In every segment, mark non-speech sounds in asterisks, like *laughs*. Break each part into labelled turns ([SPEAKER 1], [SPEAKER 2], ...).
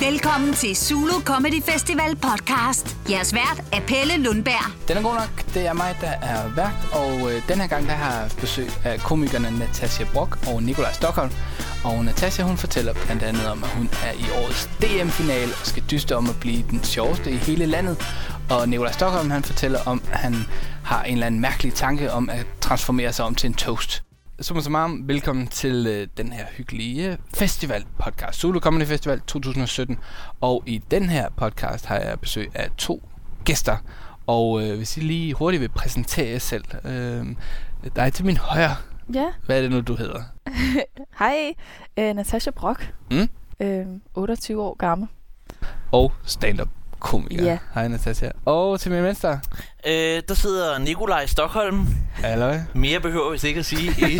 [SPEAKER 1] Velkommen til Zulu Comedy Festival podcast. Jeres vært er Pelle Lundberg.
[SPEAKER 2] Den er god nok. Det er mig, der er vært, og øh, den her gang der har jeg besøg af komikerne Natasha Brock og Nikolaj Stockholm. Og Natasha hun fortæller blandt andet om, at hun er i årets DM-finale og skal dyste om at blive den sjoveste i hele landet. Og Nikolaj Stockholm han fortæller om, at han har en eller anden mærkelig tanke om at transformere sig om til en toast. Summa summarum, velkommen til øh, den her hyggelige festival podcast, Solo Comedy Festival 2017. Og i den her podcast har jeg besøg af to gæster. Og øh, hvis I lige hurtigt vil præsentere jer selv. Øh, dig til min højre.
[SPEAKER 3] Ja,
[SPEAKER 2] Hvad er det nu, du hedder?
[SPEAKER 3] hej. Øh, Natasha Brock.
[SPEAKER 2] Mm.
[SPEAKER 3] Øh, 28 år gammel.
[SPEAKER 2] Og stand-up komiker.
[SPEAKER 3] Ja.
[SPEAKER 2] Hej Natasha. Og til min venstre.
[SPEAKER 4] Øh, der sidder Nikolaj i Stockholm.
[SPEAKER 2] Halløj.
[SPEAKER 4] Mere behøver vi ikke at sige i,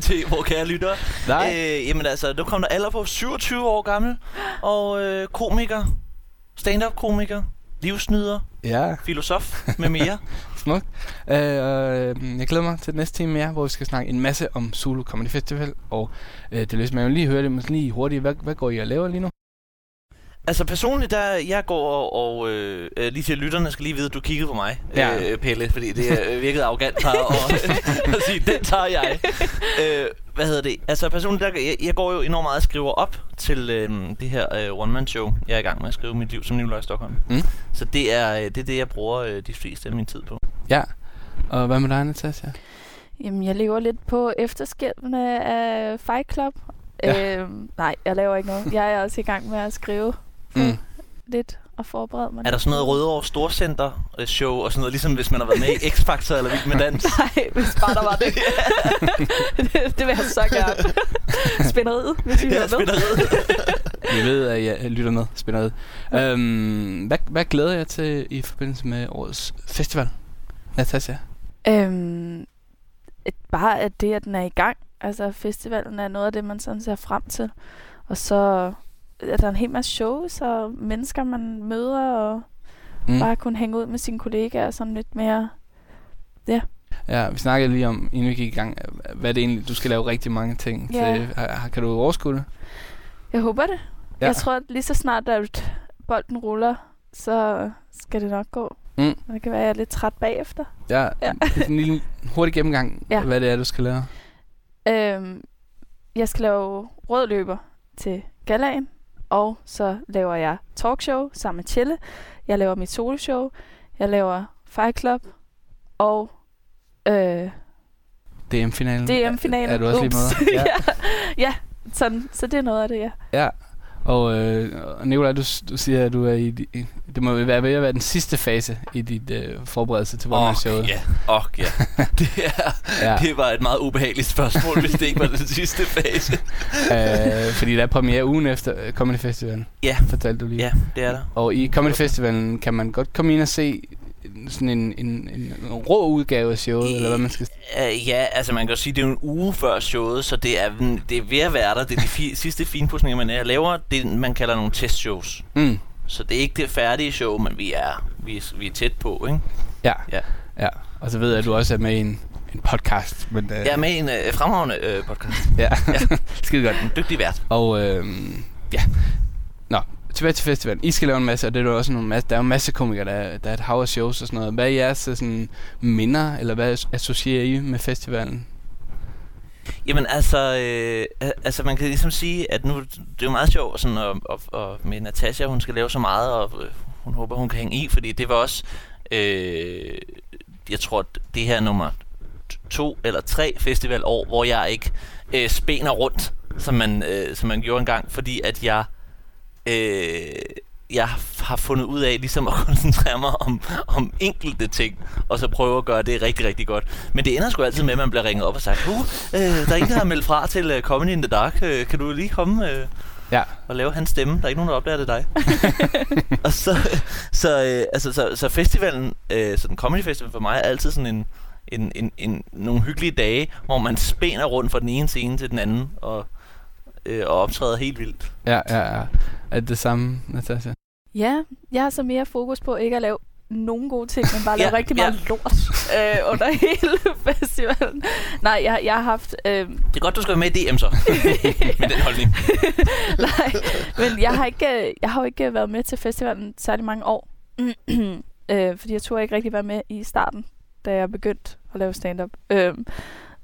[SPEAKER 4] til vores kære lytter.
[SPEAKER 2] Nej.
[SPEAKER 4] Øh, jamen altså, du kom der alder på 27 år gammel. Og øh, komiker, stand-up-komiker, livsnyder,
[SPEAKER 2] Ja,
[SPEAKER 4] filosof med mere.
[SPEAKER 2] smukt. Øh, og, øh, jeg glæder mig til den næste time med jer, hvor vi skal snakke en masse om Zulu Comedy Festival. Og øh, det løser man jo lige høre det, men sådan lige hurtigt. Hvad, hvad går I og laver lige nu?
[SPEAKER 4] altså personligt, der jeg går og, og øh, øh, lige til lytterne skal lige vide, at du kiggede på mig,
[SPEAKER 2] Ja.
[SPEAKER 4] ja. øh, Pelle, fordi det øh, virkede arrogant her, og *laughs* at sige, den tager jeg. Øh, hvad hedder det? Altså personligt, der, jeg, jeg går jo enormt meget og skriver op til øh, det her øh, one-man-show, jeg er i gang med at skrive mit liv som Nikolaj i Stockholm.
[SPEAKER 2] Mm.
[SPEAKER 4] Så det er, øh, det er det, jeg bruger øh, de fleste af min tid på.
[SPEAKER 2] Ja. Og hvad med dig, Natasha?
[SPEAKER 3] Jamen, jeg lever lidt på efterskælvene af Fight Club.
[SPEAKER 2] Ja.
[SPEAKER 3] Ja. Øh, nej, jeg laver ikke noget. Jeg er også i gang med at skrive
[SPEAKER 2] Mm.
[SPEAKER 3] lidt og forberede mig.
[SPEAKER 4] Er der sådan noget Rødovre Storcenter øh, show og sådan noget, ligesom hvis man har været med i X-Factor eller Vild med Dans?
[SPEAKER 3] *laughs* Nej, hvis bare der var
[SPEAKER 4] *laughs*
[SPEAKER 3] det. *laughs* det, det vil jeg så gerne. Spænderiet, hvis I hører med.
[SPEAKER 2] Vi ved, at jeg lytter med. Spænder ud. Øhm, hvad, hvad glæder jeg til i forbindelse med årets festival? Natasha?
[SPEAKER 3] Øhm, et- bare at det, at den er i gang. Altså, festivalen er noget af det, man sådan ser frem til. Og så er der en hel masse shows og mennesker, man møder, og mm. bare kunne hænge ud med sine kollegaer sådan lidt mere.
[SPEAKER 2] Ja, vi snakkede lige om, inden vi gik i gang, øh, hvad det egentlig, du skal lave rigtig mange ting.
[SPEAKER 3] Ja.
[SPEAKER 2] Til, har- har- kan du overskue det?
[SPEAKER 3] Jeg håber det.
[SPEAKER 2] Ja.
[SPEAKER 3] Ja. Jeg tror, at lige så snart, at bolden ruller, så skal det nok gå.
[SPEAKER 2] Mm.
[SPEAKER 3] Og Det kan være, at jeg er lidt træt bagefter.
[SPEAKER 2] Ja,
[SPEAKER 3] Ja.
[SPEAKER 2] det er en lille hurtig gennemgang, ja.
[SPEAKER 3] Ja.
[SPEAKER 2] hvad det er, du skal lave.
[SPEAKER 3] Øhm, jeg skal lave rød løber til galaen, og så laver jeg talkshow sammen med Tjelle. Jeg laver mit soloshow, jeg laver Fight Club, og øh,
[SPEAKER 2] DM-finalen.
[SPEAKER 3] DM-finalen.
[SPEAKER 2] Mm, Er du også lige
[SPEAKER 3] Ups. *laughs*
[SPEAKER 2] med? Ja.
[SPEAKER 3] ja. ja, sådan. Så det er noget af det, ja.
[SPEAKER 2] Ja. Og øh, og Nicolaj, du, s- du siger, at du er i... di- i- Det må være ved at være den sidste fase i dit øh, forberedelse til, hvordan
[SPEAKER 4] Åh,
[SPEAKER 2] oh, showet.
[SPEAKER 4] ja. Åh, ja. *laughs* Det, er,
[SPEAKER 2] Ja.
[SPEAKER 4] ja. det var et meget ubehageligt spørgsmål, hvis det ikke var den sidste fase.
[SPEAKER 2] øh, fordi der er premiere ugen efter øh, Comedy Festivalen.
[SPEAKER 4] Ja.
[SPEAKER 2] Fortalte du lige.
[SPEAKER 4] *laughs* Ja, det er der.
[SPEAKER 2] Og i Comedy Festivalen kan man godt komme ind og se sådan en, en, en, en rå udgave af showet, eller hvad man skal...
[SPEAKER 4] Uh, ja, altså man kan jo sige, det er jo en uge før showet, så det er, mm, det er ved at være der. Det er de fi- sidste finpudsninger, man er. Jeg laver det, man kalder nogle testshows.
[SPEAKER 2] Mm.
[SPEAKER 4] Så det er ikke det færdige show, men vi er, vi er, vi er tæt på, ikke?
[SPEAKER 2] Ja.
[SPEAKER 4] Ja.
[SPEAKER 2] ja. Og så ved jeg, at du også er med i en, en podcast. Men, øh,
[SPEAKER 4] Jeg er med i en øh, fremragende øh, podcast.
[SPEAKER 2] ja. *laughs* Skide godt.
[SPEAKER 4] En dygtig vært.
[SPEAKER 2] Og øh, ja. Nå, tilbage til festivalen. I skal lave en masse, og det er der jo også nogle masse, der er jo en masse komikere, der, er- der er et hav af shows og sådan noget. Hvad er jeres øh, sådan, minder, eller hvad associerer I med festivalen?
[SPEAKER 4] Jamen altså, øh, al- altså man kan ligesom sige, at nu, det er jo meget sjovt sådan, og, og, og med Natasha, hun skal lave så meget, og øh, hun håber, hun kan hænge i, fordi det var også, øh, jeg tror, at det her er nummer t- to eller tre festivalår, hvor jeg ikke øh, spener rundt, som man, øh, som man gjorde engang, fordi at jeg, øh, jeg har fundet ud af ligesom at *laughs* koncentrere mig om, om enkelte ting, og så prøve at gøre det rigtig, rigtig godt. Men det ender sgu altid med, at man bliver ringet op og sagt, uh, øh, der er en, der har meldt fra til uh, Comedy in the Dark. Øh, kan du lige komme øh,
[SPEAKER 2] Ja.
[SPEAKER 4] og lave hans stemme? Der er ikke nogen, der opdager det er dig. og så, så, øh, altså, så, så festivalen, øh, sådan Comedy Festival for mig, er altid sådan en, en, en, en, nogle hyggelige dage, hvor man spænder rundt fra den ene scene til den anden, og, øh, og optræder helt vildt.
[SPEAKER 2] Ja, ja, ja. Er det det samme, Natasha?
[SPEAKER 3] Ja, jeg har så mere fokus på ikke at lave nogen gode ting, men *laughs* bare lavet
[SPEAKER 4] Ja,
[SPEAKER 3] rigtig meget
[SPEAKER 4] ja.
[SPEAKER 3] lort øh, under *laughs* hele festivalen. Nej, jeg, jeg har haft... Øh,
[SPEAKER 4] Det er godt, du skal være med i DM *laughs* så, med den holdning.
[SPEAKER 3] *laughs* nej, men jeg har, ikke, øh, jeg har jo ikke været med til festivalen særlig mange år. *clears throat* øh, fordi jeg turde ikke rigtig være med i starten, da jeg begyndte at lave stand-up. Øh,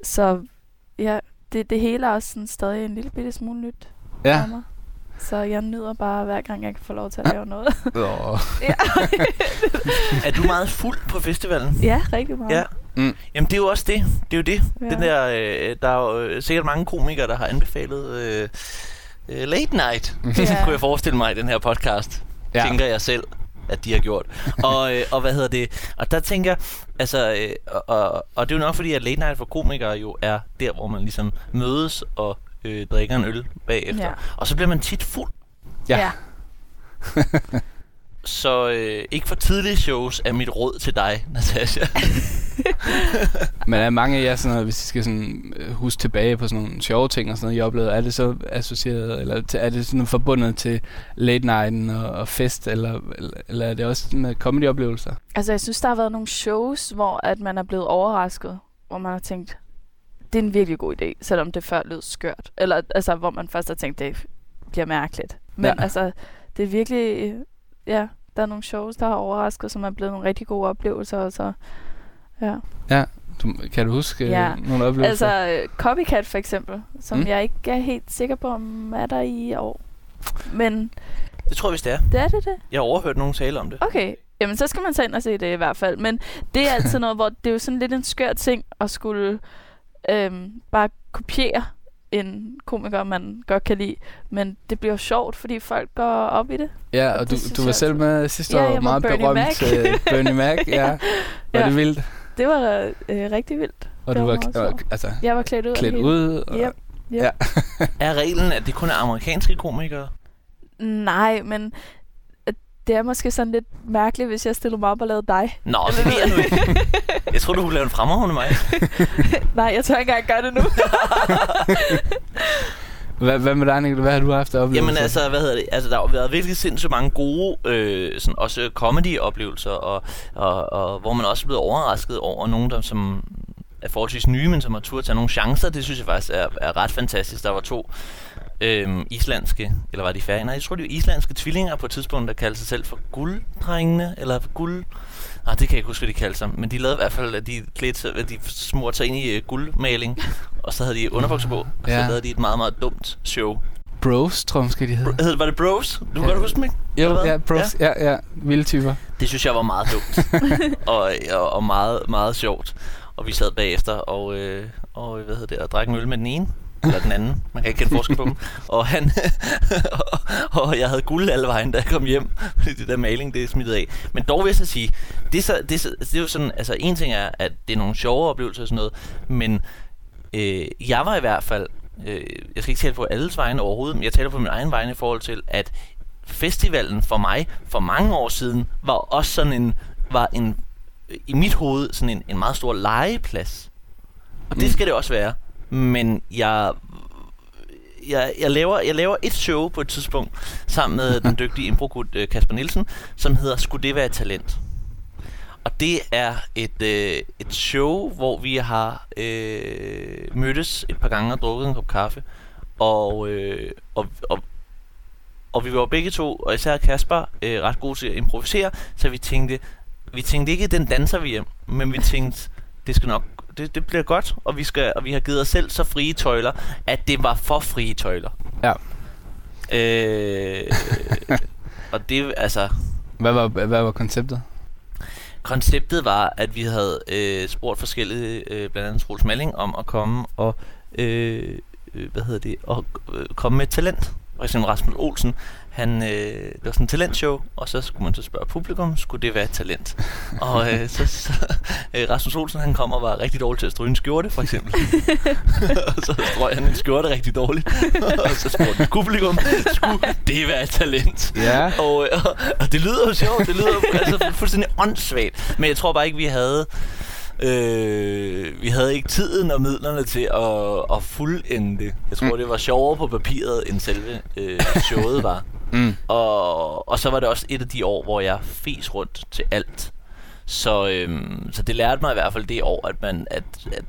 [SPEAKER 3] så ja, det, det hele er også sådan stadig en lille bitte smule nyt
[SPEAKER 2] Ja.
[SPEAKER 3] for mig. Så jeg nyder bare, hver gang jeg kan få lov til at lave noget. *laughs*
[SPEAKER 2] Åh.
[SPEAKER 4] Er du meget fuld på festivalen?
[SPEAKER 3] ja, rigtig meget.
[SPEAKER 4] Ja.
[SPEAKER 2] Mm.
[SPEAKER 4] Jamen det er jo også det. Det er jo det.
[SPEAKER 3] Ja.
[SPEAKER 4] Den der, øh, der er jo øh, sikkert mange komikere, der har anbefalet øh, øh, Late Night,
[SPEAKER 3] Ja.
[SPEAKER 4] *laughs* kunne jeg forestille mig i den her podcast.
[SPEAKER 2] Ja.
[SPEAKER 4] Ja. Tænker jeg selv, at de har gjort. Og, øh, og hvad hedder det? Og der tænker jeg, altså, øh, og, og, og det er jo nok fordi, at Late Night for komikere jo er der, hvor man ligesom mødes og øh, drikker en øl bagefter.
[SPEAKER 3] Ja.
[SPEAKER 4] Ja. Og så bliver man tit fuld.
[SPEAKER 2] Ja.
[SPEAKER 4] Så øh, ikke for tidlige shows er mit råd til dig, *laughs* Natasha.
[SPEAKER 2] Men er mange af jer sådan noget, hvis I skal sådan øh, huske tilbage på sådan nogle sjove ting og sådan noget, I oplevede, er det så associeret, eller til- er det sådan forbundet til late nighten og, og fest, eller, eller, eller er det også sådan med comedy-oplevelser?
[SPEAKER 3] Altså, jeg synes, der har været nogle shows, hvor at man er blevet overrasket, hvor man har tænkt, det er en virkelig god idé, selvom det før lød skørt. Eller altså, hvor man først har tænkt, det bliver mærkeligt. Men
[SPEAKER 2] Ja.
[SPEAKER 3] ja. altså, det er virkelig, ja, der er nogle shows, der har overrasket, som er blevet nogle rigtig gode oplevelser. Og så, ja.
[SPEAKER 2] Du, kan du huske ja.
[SPEAKER 3] Ja.
[SPEAKER 2] nogle oplevelser? Altså,
[SPEAKER 3] Altså, øh, Copycat for eksempel, som
[SPEAKER 2] Mm.
[SPEAKER 3] mm. jeg ikke er helt sikker på, om er der i år. Men
[SPEAKER 4] Det tror jeg, hvis det er.
[SPEAKER 3] det er det det.
[SPEAKER 4] Jeg har overhørt nogen tale om det.
[SPEAKER 3] Okay, jamen så skal man tage ind og se det i hvert fald. Men det er altid noget, hvor det er jo sådan lidt en skør ting at skulle øhm, bare kopiere en komiker, man godt kan lide. Men det bliver jo sjovt, fordi folk går op i det.
[SPEAKER 2] ja, og
[SPEAKER 3] det
[SPEAKER 2] du,
[SPEAKER 3] synes
[SPEAKER 2] du var
[SPEAKER 3] jeg
[SPEAKER 2] selv
[SPEAKER 3] altså-
[SPEAKER 2] med sidste
[SPEAKER 3] Ja,
[SPEAKER 2] år,
[SPEAKER 3] jeg var
[SPEAKER 2] meget
[SPEAKER 3] Bernie
[SPEAKER 2] berømt
[SPEAKER 3] Mac.
[SPEAKER 2] øh, Bernie Mac,
[SPEAKER 3] *laughs*
[SPEAKER 2] ja. ja. Var
[SPEAKER 3] Ja.
[SPEAKER 2] det vildt?
[SPEAKER 3] Det var øh, rigtig vildt.
[SPEAKER 2] Og
[SPEAKER 3] Det
[SPEAKER 2] du
[SPEAKER 3] var
[SPEAKER 2] var,
[SPEAKER 3] meget
[SPEAKER 2] var
[SPEAKER 3] sjovt.
[SPEAKER 2] altså,
[SPEAKER 3] Jeg var klædt ud. af
[SPEAKER 2] klædt
[SPEAKER 3] det
[SPEAKER 2] ud? Og,
[SPEAKER 3] hele. Yep.
[SPEAKER 2] Ja.
[SPEAKER 4] Er reglen, at det kun er amerikanske komikere?
[SPEAKER 3] Nej, men øh, det er måske sådan lidt mærkeligt, hvis jeg stiller mig op og lavede dig.
[SPEAKER 4] Nå, det ved jeg nu ikke. *laughs* Jeg tror, du kunne lave en fremragende mig.
[SPEAKER 3] Nej, jeg tør ikke engang gøre det nu.
[SPEAKER 2] Hvad, hvad med dig, Nikkel? Hvad har du haft af oplevelser?
[SPEAKER 4] Jamen altså, hvad hedder det? Altså, der har jo været virkelig sindssygt mange gode, øh, sådan, også comedy-oplevelser, og, og, og, hvor man også er blevet overrasket over nogen, der som er forholdsvis nye, men som har turde tage nogle chancer. Det synes jeg faktisk er, er ret fantastisk. Der var to øhm, islandske, eller var de færre? Nej, jeg tror, de var islandske tvillinger på et tidspunkt, der kaldte sig selv for gulddrengene, eller for guld... Ah, det kan jeg ikke huske, hvad de kaldte sig. Men de lavede i hvert fald, at de, klædte, sig- at de smurte sig ind i øh, guldmaling, og så havde de underbukser på, og så
[SPEAKER 2] Ja.
[SPEAKER 4] lavede de et meget, meget dumt show.
[SPEAKER 2] Bros, tror jeg måske, de hedder.
[SPEAKER 4] Hed, var det Bros? Du kan godt huske mig.
[SPEAKER 2] Jo,
[SPEAKER 4] hvad?
[SPEAKER 2] ja, Bros. Ja, ja. ja. Vilde typer.
[SPEAKER 4] Det synes jeg var meget
[SPEAKER 2] *laughs*
[SPEAKER 4] dumt. og, og, og meget, meget sjovt. Og vi sad bagefter og, øh, og hvad hedder det, og drak en øl med den ene. Eller den anden. Man kan ikke kende forskel på
[SPEAKER 2] *laughs*
[SPEAKER 4] dem. Og, han *laughs* og, og, jeg havde guld alle vejen, da jeg kom hjem. Fordi det der maling, det er smittet af. Men dog vil jeg så sige, det er, så, det, er så, det er jo sådan, altså en ting er, at det er nogle sjove oplevelser og sådan noget. Men øh, jeg var i hvert fald, øh, jeg skal ikke tale på alles vegne overhovedet, men jeg taler på min egen vegne i forhold til, at festivalen for mig for mange år siden var også sådan en, var en øh, i mit hoved sådan en, en meget stor legeplads. Og det
[SPEAKER 2] Mm.
[SPEAKER 4] skal det også være. Men jeg, jeg, jeg, laver, jeg laver et show på et tidspunkt sammen med den dygtige improgud øh, Kasper Nielsen, som hedder Skulle det være et talent? Og det er et, øh, et show, hvor vi har øh, mødtes et par gange og drukket en kop kaffe. Og, øh, og, og, og vi var begge to, og især Kasper, øh, ret gode til at improvisere, så vi tænkte, vi tænkte ikke, den danser vi hjem, men vi tænkte, det skal nok, det, det bliver godt, og vi, skal, og vi har givet os selv så frie tøjler, at det var for frie tøjler.
[SPEAKER 2] Ja.
[SPEAKER 4] Øh, og det, altså,
[SPEAKER 2] Hvad var, hvad var konceptet?
[SPEAKER 4] konceptet var, at vi havde øh, spurgt forskellige, øh, blandt andet Troels Malling, om at komme og, øh, øh, hvad hedder det, og øh, komme med et talent. For eksempel Rasmus Olsen, han, øh, det var sådan et talentshow, og så skulle man så spørge publikum, skulle det være et talent? Og øh, så, så øh, Rasmus Olsen, han kom og var rigtig dårlig til at stryge en skjorte, for eksempel. *laughs* og så strøg han en skjorte rigtig dårligt, *laughs* og så spurgte publikum, skulle det være et talent?
[SPEAKER 2] Ja.
[SPEAKER 4] Og, øh, *laughs* og, og det lyder jo sjovt, det lyder jo altså fu- fuldstændig åndssvagt, men jeg tror bare ikke, vi havde... Øh, vi havde ikke tiden og midlerne til at, at fuldende det. Jeg tror, det var sjovere på papiret, end selve øh, showet var.
[SPEAKER 2] Mm.
[SPEAKER 4] Og, og så var det også et af de år, hvor jeg fes rundt til alt. Så, øhm, så det lærte mig i hvert fald det år, at, man, at, at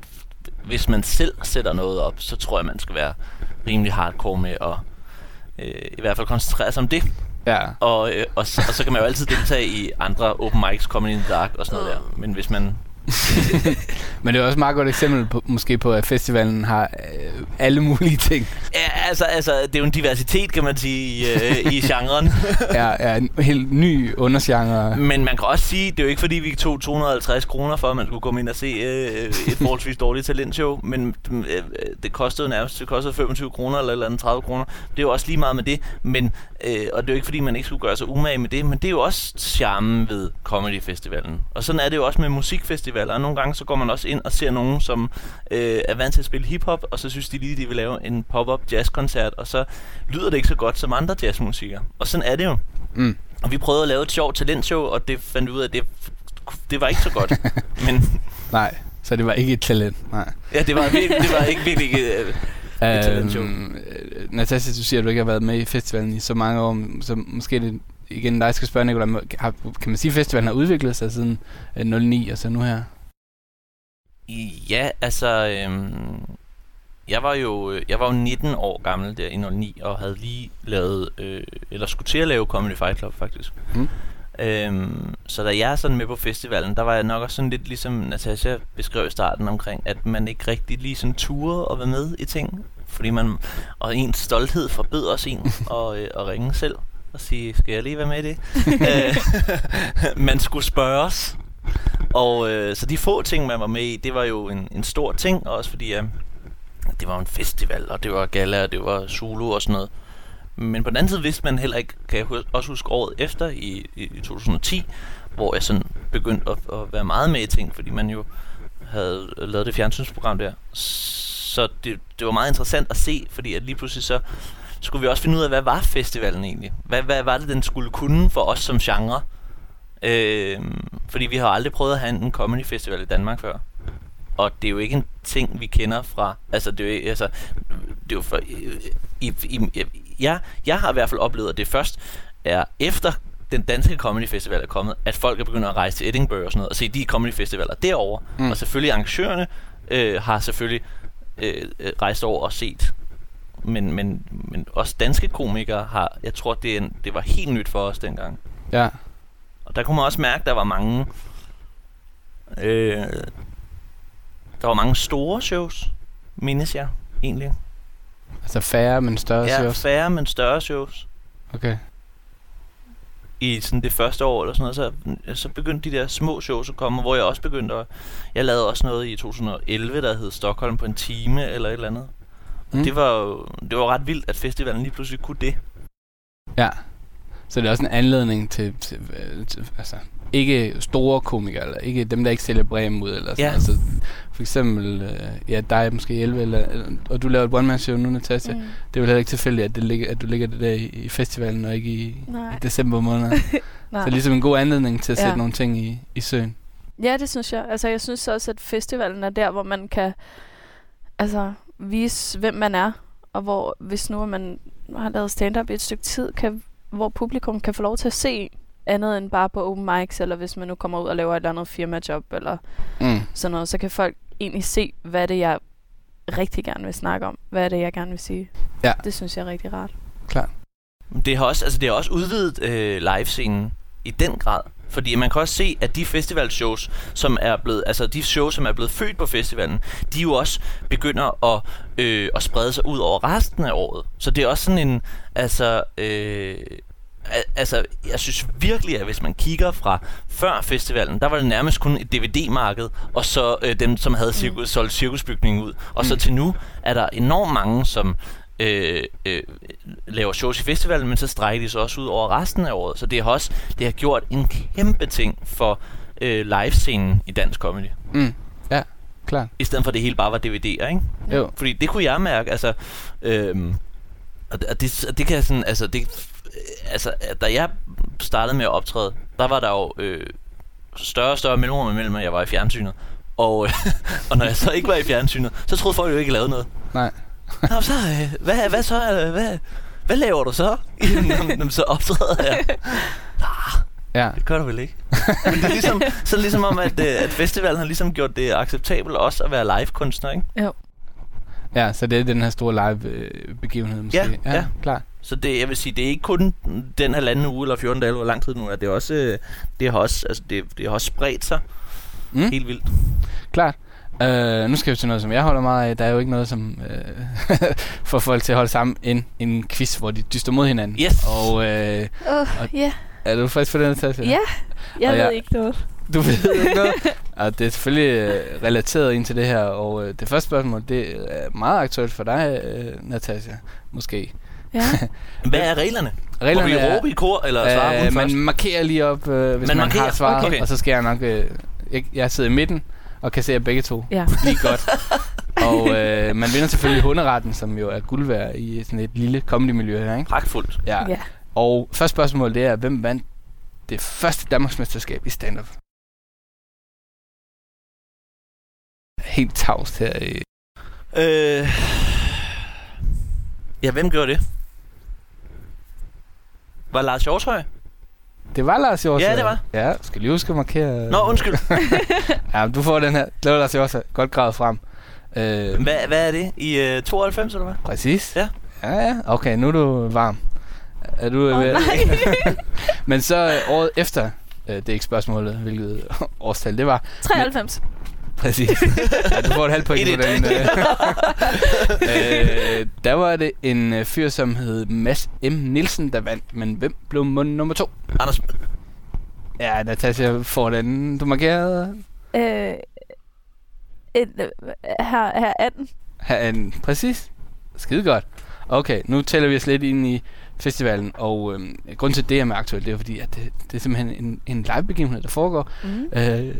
[SPEAKER 4] hvis man selv sætter noget op, så tror jeg, man skal være rimelig hardcore med at øh, i hvert fald koncentrere sig om det.
[SPEAKER 2] Ja.
[SPEAKER 4] Og, øh, og, så, og så kan man jo altid deltage i andre open mics, Comedy in the Dark og sådan noget der. Men hvis man...
[SPEAKER 2] Men det er også et meget godt eksempel på, måske på, at festivalen har øh, alle mulige *laughs* ting.
[SPEAKER 4] Ja, altså, altså, det er jo en diversitet, kan man sige, i, øh, i genren.
[SPEAKER 2] Ja, ja en helt ny undergenre.
[SPEAKER 4] Men man kan også sige, det er jo ikke fordi, vi tog 250 kroner for, at man skulle komme ind og se øh, et forholdsvis dårligt talentshow, men øh, det kostede nærmest det kostede 25 kroner eller, et eller andet 30 kroner. Det er jo også lige meget med det, men, øh, og det er jo ikke fordi, man ikke skulle gøre sig umage med det, men det er jo også charmen ved Comedy Festivalen. Og sådan er det jo også med musikfestivaler, og nogle gange så går man også ind og ser nogen, som øh, er vant til at spille hiphop, og så synes de lige, de vil lave en pop-up jazzkoncert, og så lyder det ikke så godt som andre jazzmusikere. Og sådan er det jo.
[SPEAKER 2] Mm.
[SPEAKER 4] Og vi prøvede at lave et sjovt talentshow, og det fandt vi ud af, at det, det var ikke så godt. Men
[SPEAKER 2] Nej, så det var ikke et talent. Nej.
[SPEAKER 4] ja, det var, virkelig, det var ikke virkelig... ikke, Øh, Et talentshow.
[SPEAKER 2] Øhm, øh, Natasha, du siger, at du ikke har været med i festivalen i så mange år, så måske det igen dig skal spørge, Nicolaj, har, kan man sige, at festivalen har udviklet sig siden øh, 09 og så nu her?
[SPEAKER 4] ja, altså... Øhm, jeg var jo øh, jeg var jo 19 år gammel der i 09, og havde lige lavet, øh, eller skulle til at lave Comedy Fight Club faktisk.
[SPEAKER 2] Mm.
[SPEAKER 4] Øhm, så da jeg er sådan med på festivalen, der var jeg nok også sådan lidt ligesom Natasha beskrev i starten omkring, at man ikke rigtig lige sådan turde at være med i ting, fordi man, og ens stolthed forbød også en at, øh, at ringe selv og sige, skal jeg lige være med i det? øh, *laughs* man skulle spørges. Og øh, så de få ting, man var med i, det var jo en, en stor ting, også fordi øh, det var jo en festival, og det var gala, og det var solo og sådan noget. Men på den anden side vidste man heller ikke, kan jeg hu- også huske året efter i, i i 2010, hvor jeg sådan begyndte at, at være meget med i ting, fordi man jo havde lavet det fjernsynsprogram der. Så det, det var meget interessant at se, fordi at lige pludselig så skulle vi også finde ud af, hvad var festivalen egentlig? Hvad, hvad var det, den skulle kunne for os som genre? Øh, fordi vi har aldrig prøvet at have en comedy festival i Danmark før. Og det er jo ikke en ting, vi kender fra... Altså, det er jo, ikke- altså, det er jo for, i, i, i, jeg, jeg har i hvert fald oplevet, at det først er efter den danske comedy festival er kommet, at folk er begyndt at rejse til Edinburgh og sådan noget, og se de comedy festivaler derovre.
[SPEAKER 2] Mm.
[SPEAKER 4] Mm. Og selvfølgelig arrangørerne øh, har selvfølgelig øh, øh, rejst over og set. Men, men, men også danske komikere har, jeg tror, det, er en, det var helt nyt for os dengang.
[SPEAKER 2] Ja.
[SPEAKER 4] Og der kunne man også mærke, at der var mange... Øh, der var mange store shows, mindes jeg egentlig.
[SPEAKER 2] Altså færre, men større
[SPEAKER 4] Ja,
[SPEAKER 2] shows.
[SPEAKER 4] færre, men større shows.
[SPEAKER 2] Okay.
[SPEAKER 4] I sådan det første år eller sådan noget, så, så begyndte de der små shows at komme, hvor jeg også begyndte at... Jeg lavede også noget i 2011, der hed Stockholm på en time eller et eller andet. Og
[SPEAKER 2] Mm.
[SPEAKER 4] det var jo det var ret vildt, at festivalen lige pludselig kunne det.
[SPEAKER 2] Ja. Så det er også en anledning til, til, øh, til altså, ikke store komikere, eller ikke dem, der ikke sælger bremen ud, eller sådan
[SPEAKER 4] Ja.
[SPEAKER 2] altså, For eksempel, øh, ja, dig måske 11, eller, eller, og du laver et one-man-show nu, Natasha. Mm.
[SPEAKER 3] Mm.
[SPEAKER 2] Det er jo heller ikke tilfældigt, at, det ligger, at du ligger det der i, i festivalen, og ikke i,
[SPEAKER 3] Nej.
[SPEAKER 2] i december måned.
[SPEAKER 3] Nej.
[SPEAKER 2] Så ligesom en god anledning til at sætte
[SPEAKER 3] Ja.
[SPEAKER 2] nogle ting i, i søen.
[SPEAKER 3] Ja, det synes jeg. Altså, jeg synes også, at festivalen er der, hvor man kan altså, vise, hvem man er. Og hvor, hvis nu at man har lavet stand-up i et stykke tid, kan, hvor publikum kan få lov til at se en, andet end bare på open mics, eller hvis man nu kommer ud og laver et eller andet firmajob, eller
[SPEAKER 2] Mm.
[SPEAKER 3] sådan noget, så kan folk egentlig se, hvad det er, jeg rigtig gerne vil snakke om. Hvad er det, jeg gerne vil sige.
[SPEAKER 2] Ja.
[SPEAKER 3] Det synes jeg er rigtig rart.
[SPEAKER 4] Det har også, altså det har også udvidet øh, livescenen i den grad. Fordi man kan også se, at de festivalshows, som er blevet, altså de shows, som er blevet født på festivalen, de jo også begynder at, øh, at sprede sig ud over resten af året. Så det er også sådan en, altså, øh, al- altså, jeg synes virkelig, at hvis man kigger fra før festivalen, der var det nærmest kun et DVD-marked, og så øh, dem, som havde cirkus, mm. solgt cirkusbygningen ud. Og mm. så til nu er der enormt mange, som øh, øh, laver shows i festivalen, men så strækker de så også ud over resten af året. Så det har også det har gjort en kæmpe ting for øh, livescenen i dansk comedy.
[SPEAKER 2] Mm. Ja, klart.
[SPEAKER 4] I stedet for at det hele bare var DVD'er, ikke?
[SPEAKER 2] Jo.
[SPEAKER 4] Fordi det kunne jeg mærke, altså... Øhm, og det- og det, og det kan jeg sådan, altså, det, altså, at da jeg startede med at optræde, der var der jo øh, større og større mellemrum imellem, at jeg var i fjernsynet. Og, *laughs* øh, og når jeg så *laughs* ikke var i fjernsynet, så troede folk jo ikke, jeg lavede noget.
[SPEAKER 2] Nej.
[SPEAKER 4] Nå, så, øh, hvad, hvad så, øh, hvad, Hvad laver du så? *laughs* Jamen, "Jamen, så optræder jeg.
[SPEAKER 2] Ja.
[SPEAKER 4] Det gør du vel ikke? Men det er ligesom, så er det ligesom om, at, øh, at festivalen har ligesom gjort det acceptabelt også at være live-kunstner, ikke?
[SPEAKER 2] ja, så det er den her store live øh, begivenhed måske.
[SPEAKER 4] Ja, ja.
[SPEAKER 2] klar.
[SPEAKER 4] Så det, jeg vil sige, det er ikke kun den halvanden uge eller 14 dage, eller hvor lang tid nu er. Det, er også, øh, det, har også, altså det, det har også spredt sig
[SPEAKER 2] Mm.
[SPEAKER 4] helt vildt.
[SPEAKER 2] Klart. Øh, nu skal vi til noget, som jeg holder meget af. Der er jo ikke noget, som øh, *laughs* får folk til at holde sammen end en quiz, hvor de dyster mod hinanden.
[SPEAKER 4] Yes.
[SPEAKER 2] Og øh,
[SPEAKER 3] Åh,
[SPEAKER 2] Og-
[SPEAKER 3] ja.
[SPEAKER 2] er du frisk for den her test?
[SPEAKER 3] Ja, jeg
[SPEAKER 2] Og
[SPEAKER 3] ved
[SPEAKER 2] jeg-
[SPEAKER 3] ikke noget.
[SPEAKER 2] Du ved ikke noget. Og det er selvfølgelig øh, relateret ind til det her. Og øh, det første spørgsmål, det er meget aktuelt for dig, øh, Natasha. Måske.
[SPEAKER 3] Ja.
[SPEAKER 4] Hvad er reglerne? Må vi råbe i kor, eller svare øh,
[SPEAKER 2] Øh, man
[SPEAKER 4] først?
[SPEAKER 2] markerer lige op, øh, hvis man, man
[SPEAKER 4] Man markerer?
[SPEAKER 2] har svaret,
[SPEAKER 4] Okay.
[SPEAKER 2] okay. og så skal jeg nok... Øh, jeg, jeg sidder i midten og kan se begge to
[SPEAKER 3] ja.
[SPEAKER 2] lige godt. og øh, man vinder selvfølgelig hunderetten, som jo er guld værd i sådan et lille comedy-miljø her, ikke?
[SPEAKER 4] Pragtfuldt.
[SPEAKER 2] *laughs* Ja.
[SPEAKER 3] Ja.
[SPEAKER 2] Og første spørgsmål, det er, hvem vandt det første Danmarksmesterskab i stand-up? Helt tavst her. øh.
[SPEAKER 4] Øh, ja, hvem gjorde det? Var det Lars Hjortøj?
[SPEAKER 2] Det var Lars Jorsen.
[SPEAKER 4] Ja, det var.
[SPEAKER 2] Ja, skal lige huske at markere.
[SPEAKER 4] Nå, undskyld.
[SPEAKER 2] Ja, men du får den her. Det var Lars Jorsen. Godt gravet frem. Øh,
[SPEAKER 4] Hvad, hvad er det? I øh, 92, eller hvad?
[SPEAKER 2] Præcis.
[SPEAKER 4] Ja.
[SPEAKER 2] Ja, ja. Okay, nu er du varm. Er du
[SPEAKER 3] Åh,
[SPEAKER 2] øh, ved-
[SPEAKER 3] nej.
[SPEAKER 2] *laughs* Men så øh, året efter, øh, det er ikke spørgsmålet, hvilket *laughs* årstal det var.
[SPEAKER 3] 93.
[SPEAKER 2] Præcis. ja, du får et halvt point
[SPEAKER 4] Et,
[SPEAKER 2] på
[SPEAKER 4] et.
[SPEAKER 2] den. Øh. *laughs* øh, der var det en øh, fyr, som hed Mads M. Nielsen, der vandt. Men hvem blev mund nummer to?
[SPEAKER 4] Anders,
[SPEAKER 2] Ja, Natasha får den. Du markerede
[SPEAKER 3] Øh, en, øh, her, her 18.
[SPEAKER 2] herinde. Præcis. Skide godt. Okay, nu tæller vi os lidt ind i festivalen, og øhm, grund til at det er med aktuelt, det er fordi, at det, det er simpelthen en, en live begivenhed, der foregår,
[SPEAKER 3] Mm.
[SPEAKER 2] øh,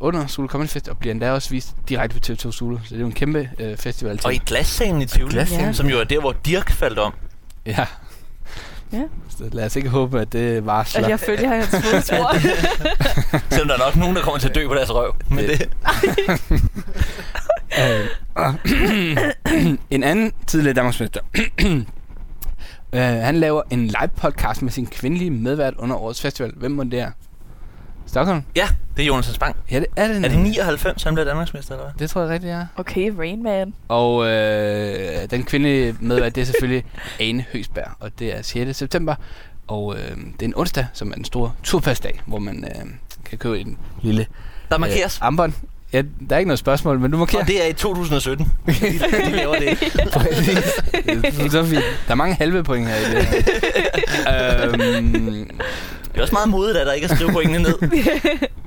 [SPEAKER 2] under Solo Comedy Fest, og bliver endda også vist direkte på TV2 Solo. Så det er jo en kæmpe øh, festival til.
[SPEAKER 4] og i glassalen i Tivoli,
[SPEAKER 2] Glassalen.
[SPEAKER 4] som jo er der, hvor Dirk faldt om.
[SPEAKER 2] Ja.
[SPEAKER 3] Ja.
[SPEAKER 2] Så lad os ikke håbe, at det varsler.
[SPEAKER 3] At jeg følger hans fodspor.
[SPEAKER 4] Selvom der er nok nogen, der kommer til at dø på deres røv. Men
[SPEAKER 2] Det-
[SPEAKER 4] det,
[SPEAKER 2] Øh, en anden tidligere Danmarksmester. Uh, han laver en live podcast med sin kvindelige medvært under årets festival. Hvem må det er? Stockholm?
[SPEAKER 4] ja, det er Jonas Hans Bang.
[SPEAKER 2] Ja, det er det.
[SPEAKER 4] Er det
[SPEAKER 2] nemlig.
[SPEAKER 4] 99, han blev Danmarksmester, eller hvad?
[SPEAKER 2] Det tror jeg rigtigt, er.
[SPEAKER 3] okay, Rain Man.
[SPEAKER 2] Og øh, den kvindelige medvært, det er selvfølgelig Ane Høsberg, og det er 6. september. Og øh, det er en onsdag, som er den store turpasdag, hvor man øh, kan købe en lille
[SPEAKER 4] Der markeres.
[SPEAKER 2] øh, armbånd. Ja, der er ikke noget spørgsmål, men du markerer.
[SPEAKER 4] Øh, Og det er i 2017. De, *laughs* de laver det.
[SPEAKER 2] Præcis. Det er så fint. Der er mange halve point her i det her. øhm,
[SPEAKER 4] Det er også meget modigt, at der ikke er skrive pointene ned.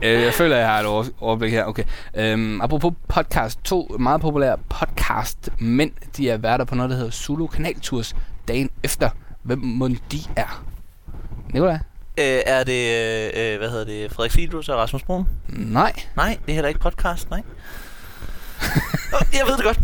[SPEAKER 2] øh, jeg føler, jeg har et over- overblik her. Okay. Øhm, apropos podcast. To meget populære podcast mænd, de er værter på noget, der hedder Zulu Kanaltours dagen efter. Hvem må de er? Nikolaj?
[SPEAKER 4] Øh, er det, øh, øh, hvad hedder det, Frederik Fildus og Rasmus Brun?
[SPEAKER 2] Nej.
[SPEAKER 4] Nej, det er heller ikke podcast, nej. Åh, Jeg ved det godt.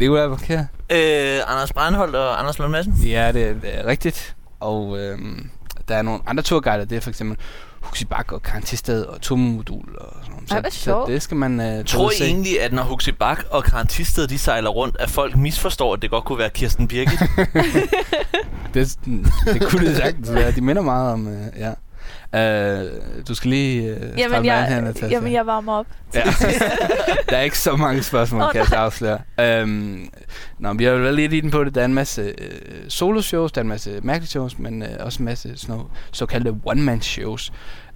[SPEAKER 2] Nikolaj er forkert.
[SPEAKER 4] Øh, Anders Brandholt og Anders Lund Madsen.
[SPEAKER 2] Ja, det er, det er rigtigt. Og øhm, der er nogle andre turguider. Det er for eksempel Huxi Bak og Karen Tisted og Tomo Modul og sådan noget.
[SPEAKER 3] Ej, hvor
[SPEAKER 2] så, så
[SPEAKER 3] sjovt.
[SPEAKER 2] det skal man øh,
[SPEAKER 4] Tror
[SPEAKER 2] både
[SPEAKER 4] I
[SPEAKER 2] se.
[SPEAKER 4] egentlig, at når Huxi Bak og Karen Tisted, de sejler rundt, at folk misforstår, at det godt kunne være Kirsten Birgit?
[SPEAKER 2] Det, det kunne det sagtens være. De minder meget om... Øh, ja. Øh, du skal lige øh,
[SPEAKER 3] Jamen,
[SPEAKER 2] stramme dig an her,
[SPEAKER 3] jeg,
[SPEAKER 2] Natasha.
[SPEAKER 3] jamen, *laughs* jeg varmer op.
[SPEAKER 2] Ja. der er ikke så mange spørgsmål,
[SPEAKER 3] Åh,
[SPEAKER 2] oh, kan jeg så afsløre. Øhm, nå, vi har jo været lidt i den på det. Der er en masse øh, soloshows, der er en masse mærkelige shows, men øh, også en masse sådan nogle såkaldte one-man-shows.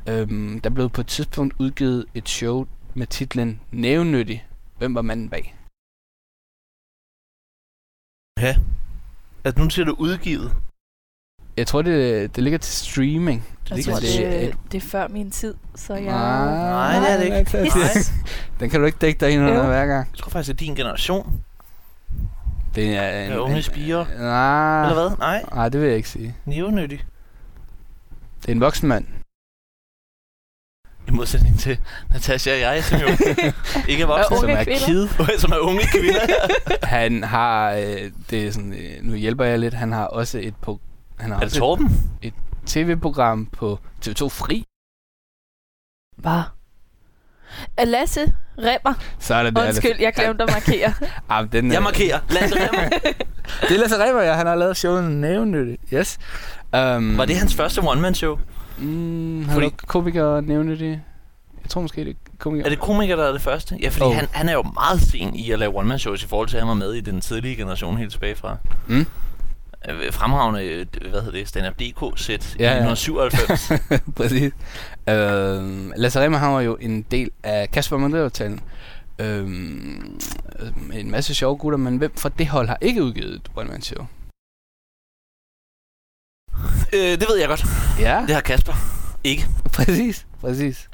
[SPEAKER 2] Øhm, der blev på et tidspunkt udgivet et show med titlen Nævnyttig. Hvem var manden bag?
[SPEAKER 4] ja. At nu ser du udgivet.
[SPEAKER 2] Jeg tror, det, det ligger til streaming.
[SPEAKER 3] Jeg
[SPEAKER 2] ligger
[SPEAKER 3] tror,
[SPEAKER 2] til-
[SPEAKER 3] det, det er før min tid, så jeg...
[SPEAKER 4] Nej, det er det ikke.
[SPEAKER 2] Ah. Natasha.
[SPEAKER 4] Nej.
[SPEAKER 2] *laughs* Den kan du ikke dække dig ind under
[SPEAKER 3] Jo.
[SPEAKER 2] hver gang.
[SPEAKER 4] Jeg tror faktisk, at din generation.
[SPEAKER 2] Det er en...
[SPEAKER 4] Ja, unge spirer.
[SPEAKER 2] Nej.
[SPEAKER 4] Eller hvad? Nej,
[SPEAKER 2] Nej, det vil jeg ikke sige.
[SPEAKER 4] nævnyttig.
[SPEAKER 2] Det er en voksen
[SPEAKER 4] *laughs*
[SPEAKER 2] mand.
[SPEAKER 4] I modsætning til Natasha og
[SPEAKER 3] *laughs*
[SPEAKER 4] jeg, som jo ikke er voksne,
[SPEAKER 3] Er
[SPEAKER 4] som
[SPEAKER 3] unge
[SPEAKER 4] er
[SPEAKER 3] kvinder.
[SPEAKER 4] kid, *laughs* som er unge kvinder.
[SPEAKER 2] Han har, øh, det er sådan, øh, nu hjælper jeg lidt, han har også et, på, han har
[SPEAKER 4] er det
[SPEAKER 2] også
[SPEAKER 4] Torben?
[SPEAKER 2] et tv-program på TV2 Fri.
[SPEAKER 3] Hvad? Øh, Lasse Remmer.
[SPEAKER 2] Så er det der.
[SPEAKER 3] Undskyld, jeg glemte at markere.
[SPEAKER 2] Ah, den,
[SPEAKER 4] Jeg
[SPEAKER 2] øh,
[SPEAKER 4] *laughs* markerer. Lasse Remmer.
[SPEAKER 2] *laughs* det er Lasse Reber, ja. Han har lavet showet Nævnyttigt. Yes. Um,
[SPEAKER 4] Var det hans første one-man-show?
[SPEAKER 2] Mm, har
[SPEAKER 4] Fordi-
[SPEAKER 2] du komiker Nævnyttigt? Jeg tror måske, det er komiker.
[SPEAKER 4] Er det komiker, der er det første? Ja, fordi
[SPEAKER 2] Oh.
[SPEAKER 4] oh. han, han er jo meget sen i at lave one-man-shows i forhold til, at han var med i den tidlige generation helt tilbage fra.
[SPEAKER 2] Mm.
[SPEAKER 4] Øh, Fremragende, øh, d- hvad hedder det, stand-up DK-sæt
[SPEAKER 2] Ja, ja.
[SPEAKER 4] ja, ja. *laughs* 1997.
[SPEAKER 2] *laughs* Præcis. Øhm, Lasse Remmer, han var jo en del af Kasper Mandelaftalen. Øhm, en masse sjove gutter, men hvem fra det hold har ikke udgivet et one man show?
[SPEAKER 4] øh, det ved jeg godt.
[SPEAKER 2] Ja,
[SPEAKER 4] Det har Kasper. Ikke.
[SPEAKER 2] præcis, præcis.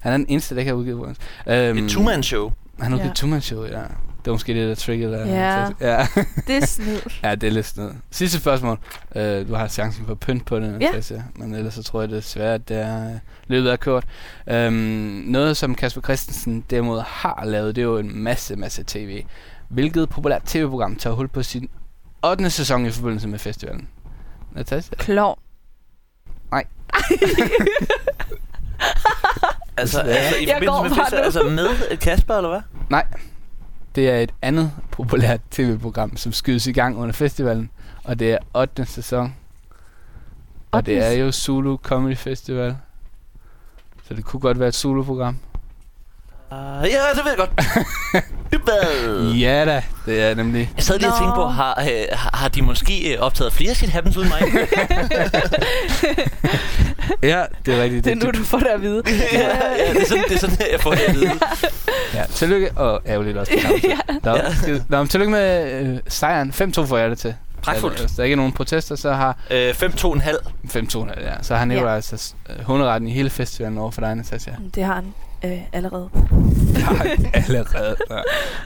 [SPEAKER 2] Han er den eneste, der ikke har udgivet one øhm,
[SPEAKER 4] Et two-man-show.
[SPEAKER 2] Han har udgivet
[SPEAKER 3] Ja.
[SPEAKER 2] et two show, ja. Det var måske det, der triggede dig.
[SPEAKER 3] Ja.
[SPEAKER 2] ja.
[SPEAKER 3] *laughs* Det er snyd.
[SPEAKER 2] ja, det er lidt sådan noget. Sidste spørgsmål. Øh, du har chancen for at pynte på det,
[SPEAKER 3] Ja.
[SPEAKER 2] Natasja. Men ellers så tror jeg desværre, at det er øh, løbet er kørt. Øhm, noget, som Kasper Christensen derimod har lavet, det er jo en masse, masse tv. Hvilket populært tv-program tager hul på sin 8. sæson i forbindelse med festivalen? Natasja?
[SPEAKER 3] Klovn.
[SPEAKER 4] Altså,
[SPEAKER 2] Desværre.
[SPEAKER 4] altså i
[SPEAKER 3] Jeg går
[SPEAKER 4] forbindelse med
[SPEAKER 3] bare
[SPEAKER 4] fester,
[SPEAKER 3] nu.
[SPEAKER 4] altså med øh, Kasper, eller hvad?
[SPEAKER 3] *laughs*
[SPEAKER 2] Det er et andet populært tv-program, som skydes i gang under festivalen. Og det er 8. sæson. Og det
[SPEAKER 3] Ottende
[SPEAKER 2] er jo Zulu Comedy Festival. Så det kunne godt være et Zulu-program.
[SPEAKER 4] Uh, ja, det ved jeg godt. *laughs* Dybbad.
[SPEAKER 2] Ja da, det er nemlig
[SPEAKER 4] Jeg sad lige og
[SPEAKER 3] Nå.
[SPEAKER 4] tænkte på, har, øh, har har de måske øh, optaget flere shit happens *laughs* uden mig?
[SPEAKER 2] Ja, det er rigtigt.
[SPEAKER 3] *laughs* Det er nu, du får det at vide.
[SPEAKER 4] ja, ja, det, er sådan, det er sådan, jeg får det at vide.
[SPEAKER 2] Ja, tillykke og ærgerligt også. på samme
[SPEAKER 3] *laughs*
[SPEAKER 2] tid. Nå, skide- Nå, men tillykke med øh, sejren. 5-2 får jeg det til.
[SPEAKER 4] Pragtfuldt.
[SPEAKER 2] Så, Hvis der ikke er nogen protester, så har
[SPEAKER 4] Øh, 5,5.
[SPEAKER 2] 5-2, ja. Så har Nicolaj ja. altså øh, hunderetten i hele festivalen over for dig,
[SPEAKER 3] *laughs*
[SPEAKER 2] Natasja.
[SPEAKER 3] Det har han øh, allerede.
[SPEAKER 2] Allerede.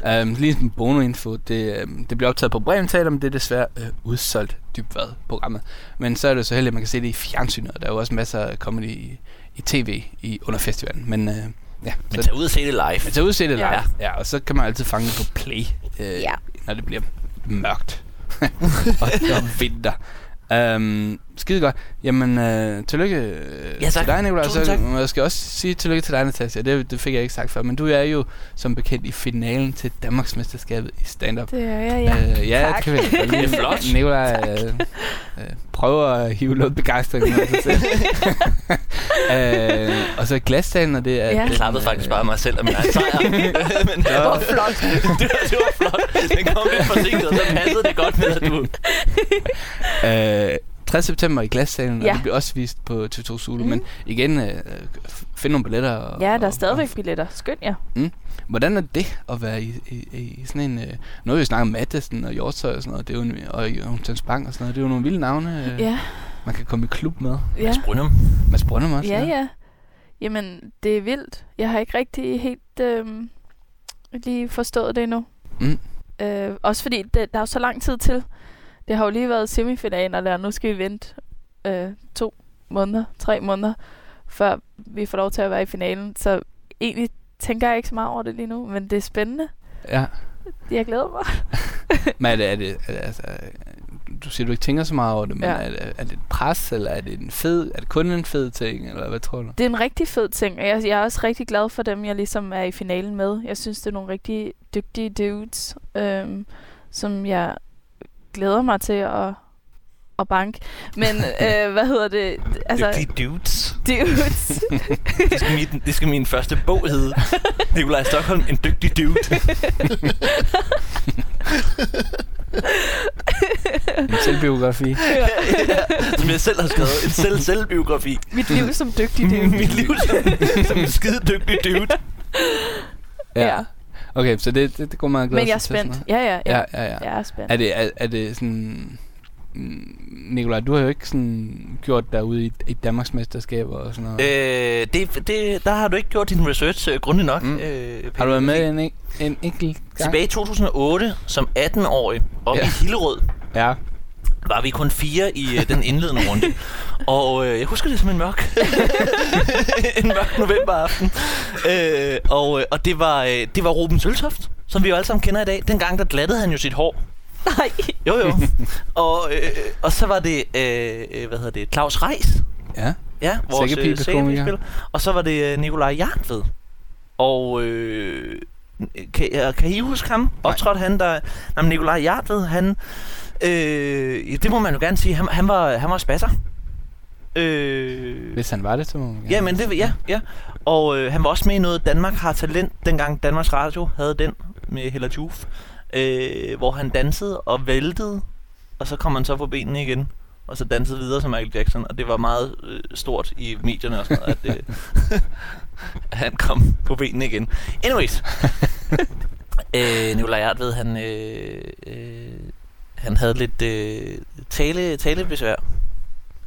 [SPEAKER 2] Ja. Um, lige en bonusinfo. Det, øhm, det bliver optaget på Bremen Teater, men det er desværre øh, udsolgt dybvad programmet. Men så er det så heldigt, at man kan se det i fjernsynet, og der er jo også masser af comedy i, i tv i, under festivalen. Men øh, ja,
[SPEAKER 4] Men
[SPEAKER 2] så-
[SPEAKER 4] tag ud og se det live.
[SPEAKER 2] Men så udse det live. Ja.
[SPEAKER 3] Ja.
[SPEAKER 2] Altså, ja, og så kan man altid fange det på play, øh, ja.
[SPEAKER 3] Ja.
[SPEAKER 2] når det bliver mørkt. *laughs* og der vinter. Um, skide godt. Jamen, øh, tillykke øh,
[SPEAKER 4] Ja, tak.
[SPEAKER 2] til dig, Nicolaj.
[SPEAKER 4] Tusind
[SPEAKER 2] Så
[SPEAKER 4] tak.
[SPEAKER 2] må jeg skal også sige tillykke til dig, Natasja. Det, det fik jeg ikke sagt før. Men du er jo som bekendt i finalen til Danmarksmesterskabet i stand-up.
[SPEAKER 3] Det er jeg, ja.
[SPEAKER 2] øh, ja
[SPEAKER 3] Tak.
[SPEAKER 2] det kan vi. godt lide.
[SPEAKER 4] Det er flot.
[SPEAKER 2] Nicolaj øh, øh, prøver at hive noget begejstring ud af sig selv. øh, og så glasdagen, og det er...
[SPEAKER 3] Ja.
[SPEAKER 2] den,
[SPEAKER 4] Jeg klappede faktisk
[SPEAKER 2] øh,
[SPEAKER 4] bare mig selv og min egen *laughs* sejr. Men det var flot. *laughs* det, var, det var flot. Den kom lidt forsinket, og så passede det godt med, at du...
[SPEAKER 2] Øh, 3. september i Glassalen, ja.
[SPEAKER 3] Ja.
[SPEAKER 2] og det bliver også vist på TV2 Zulu. Mm.
[SPEAKER 3] Mhm.
[SPEAKER 2] Men igen, øh, f- find nogle billetter. Og,
[SPEAKER 3] Ja, der er
[SPEAKER 2] og-
[SPEAKER 3] stadigvæk billetter. Skynd jer.
[SPEAKER 2] Og, hvordan er det at være i, i, i sådan en... Øh, nu har vi jo snakket om Mattesen og Hjortøj og sådan noget, det er jo en, og Jørgens Bang og sådan noget. Det er jo nogle vilde navne, øh,
[SPEAKER 3] Ja,
[SPEAKER 2] man kan komme i klub med.
[SPEAKER 3] ja.
[SPEAKER 4] Brynum.
[SPEAKER 2] Mads Brøndum også.
[SPEAKER 3] Ja, ja. Jamen, det er vildt. Jeg har ikke rigtig helt øhm, lige forstået det endnu.
[SPEAKER 2] Mm.
[SPEAKER 3] Øh, også fordi, det, der er jo så lang tid til. Det har jo lige været semifinaler der. Nu skal vi vente øh, to måneder, tre måneder, før vi får lov til at være i finalen. Så egentlig tænker jeg ikke så meget over det lige nu, men det er spændende.
[SPEAKER 2] ja.
[SPEAKER 3] Jeg glæder mig.
[SPEAKER 2] Men er det, er det, er det altså, øh, du siger, du ikke tænker så meget over det, men ja.
[SPEAKER 3] Ja.
[SPEAKER 2] er, det, er det et pres, eller er det en fed, er det kun en fed ting, eller hvad tror du?
[SPEAKER 3] Det er en rigtig fed ting, og jeg, jeg er også rigtig glad for dem, jeg ligesom er i finalen med. Jeg synes, det er nogle rigtig dygtige dudes, øhm, som jeg glæder mig til at, at banke.
[SPEAKER 4] *laughs*
[SPEAKER 3] Men øh, hvad hedder det?
[SPEAKER 4] Altså,
[SPEAKER 3] Altså,
[SPEAKER 4] Dygtige dudes.
[SPEAKER 3] dudes.
[SPEAKER 4] *laughs* Det skal, min, det skal min første bog hedde. Nikolaj Stockholm, en dygtig dude.
[SPEAKER 2] En
[SPEAKER 3] *laughs*
[SPEAKER 2] selvbiografi?
[SPEAKER 4] Som jeg selv har skrevet. En selv selvbiografi.
[SPEAKER 3] Mit liv som dygtig dude.
[SPEAKER 4] Mit liv som, som en skide dygtig dude.
[SPEAKER 3] Ja.
[SPEAKER 2] Okay, så det, det, det går meget glæde
[SPEAKER 3] Men jeg er
[SPEAKER 2] sig til sådan
[SPEAKER 3] spændt.
[SPEAKER 2] noget.
[SPEAKER 3] Ja, ja, ja.
[SPEAKER 2] Ja, ja, ja.
[SPEAKER 3] Jeg er spændt.
[SPEAKER 2] Er det, er, er det sådan... Nikolaj, du har jo ikke sådan gjort dig ude i, i Danmarks mesterskaber og sådan noget.
[SPEAKER 4] Øh, det, det, der har du ikke gjort din research øh, grundigt nok.
[SPEAKER 2] Mm.
[SPEAKER 4] Øh,
[SPEAKER 2] har du været med en, en, en enkelt gang?
[SPEAKER 4] Tilbage i 2008, som 18-årig, oppe
[SPEAKER 2] Ja.
[SPEAKER 4] ja. i Hillerød,
[SPEAKER 2] Ja.
[SPEAKER 4] var vi kun fire i øh, den indledende
[SPEAKER 2] *laughs*
[SPEAKER 4] runde. Og øh, jeg husker det som en mørk, *laughs* en mørk novemberaften. Øh, og, øh, og det var, øh, det var Ruben Søltoft, som vi jo alle sammen kender i dag. Dengang der glattede han jo sit hår.
[SPEAKER 3] Nej.
[SPEAKER 4] Jo
[SPEAKER 2] *laughs*
[SPEAKER 4] jo. og, øh, og så var det, øh, øh, hvad hedder det, Claus Reis,
[SPEAKER 2] Ja.
[SPEAKER 4] Ja, vores øh,
[SPEAKER 2] Sækkepibekomiker.
[SPEAKER 4] sækkepibekomiker. Og så var det øh, Nikolaj Jartved. Og øh, Kan, kan I huske ham? Optrådte han der... Jamen, Nikolaj Hjartved, han... Øh, ja, det må man jo gerne sige. Han, han var, han var spasser. Øh,
[SPEAKER 2] Hvis han var det, så må man gerne.
[SPEAKER 4] Ja, men det, ja, ja. Og øh, han var også med i noget Danmark har talent, dengang Danmarks Radio havde den med Hella Juf, øh, hvor han dansede og væltede, og så kom han så på benene igen, og så dansede videre som Michael Jackson, og det var meget øh, stort i medierne og sådan noget, at øh, *laughs* han kom på benene igen. *laughs* Anyways, øh, Nicolaj Hartved, han, øh, øh, han havde lidt øh, tale, talebesvær.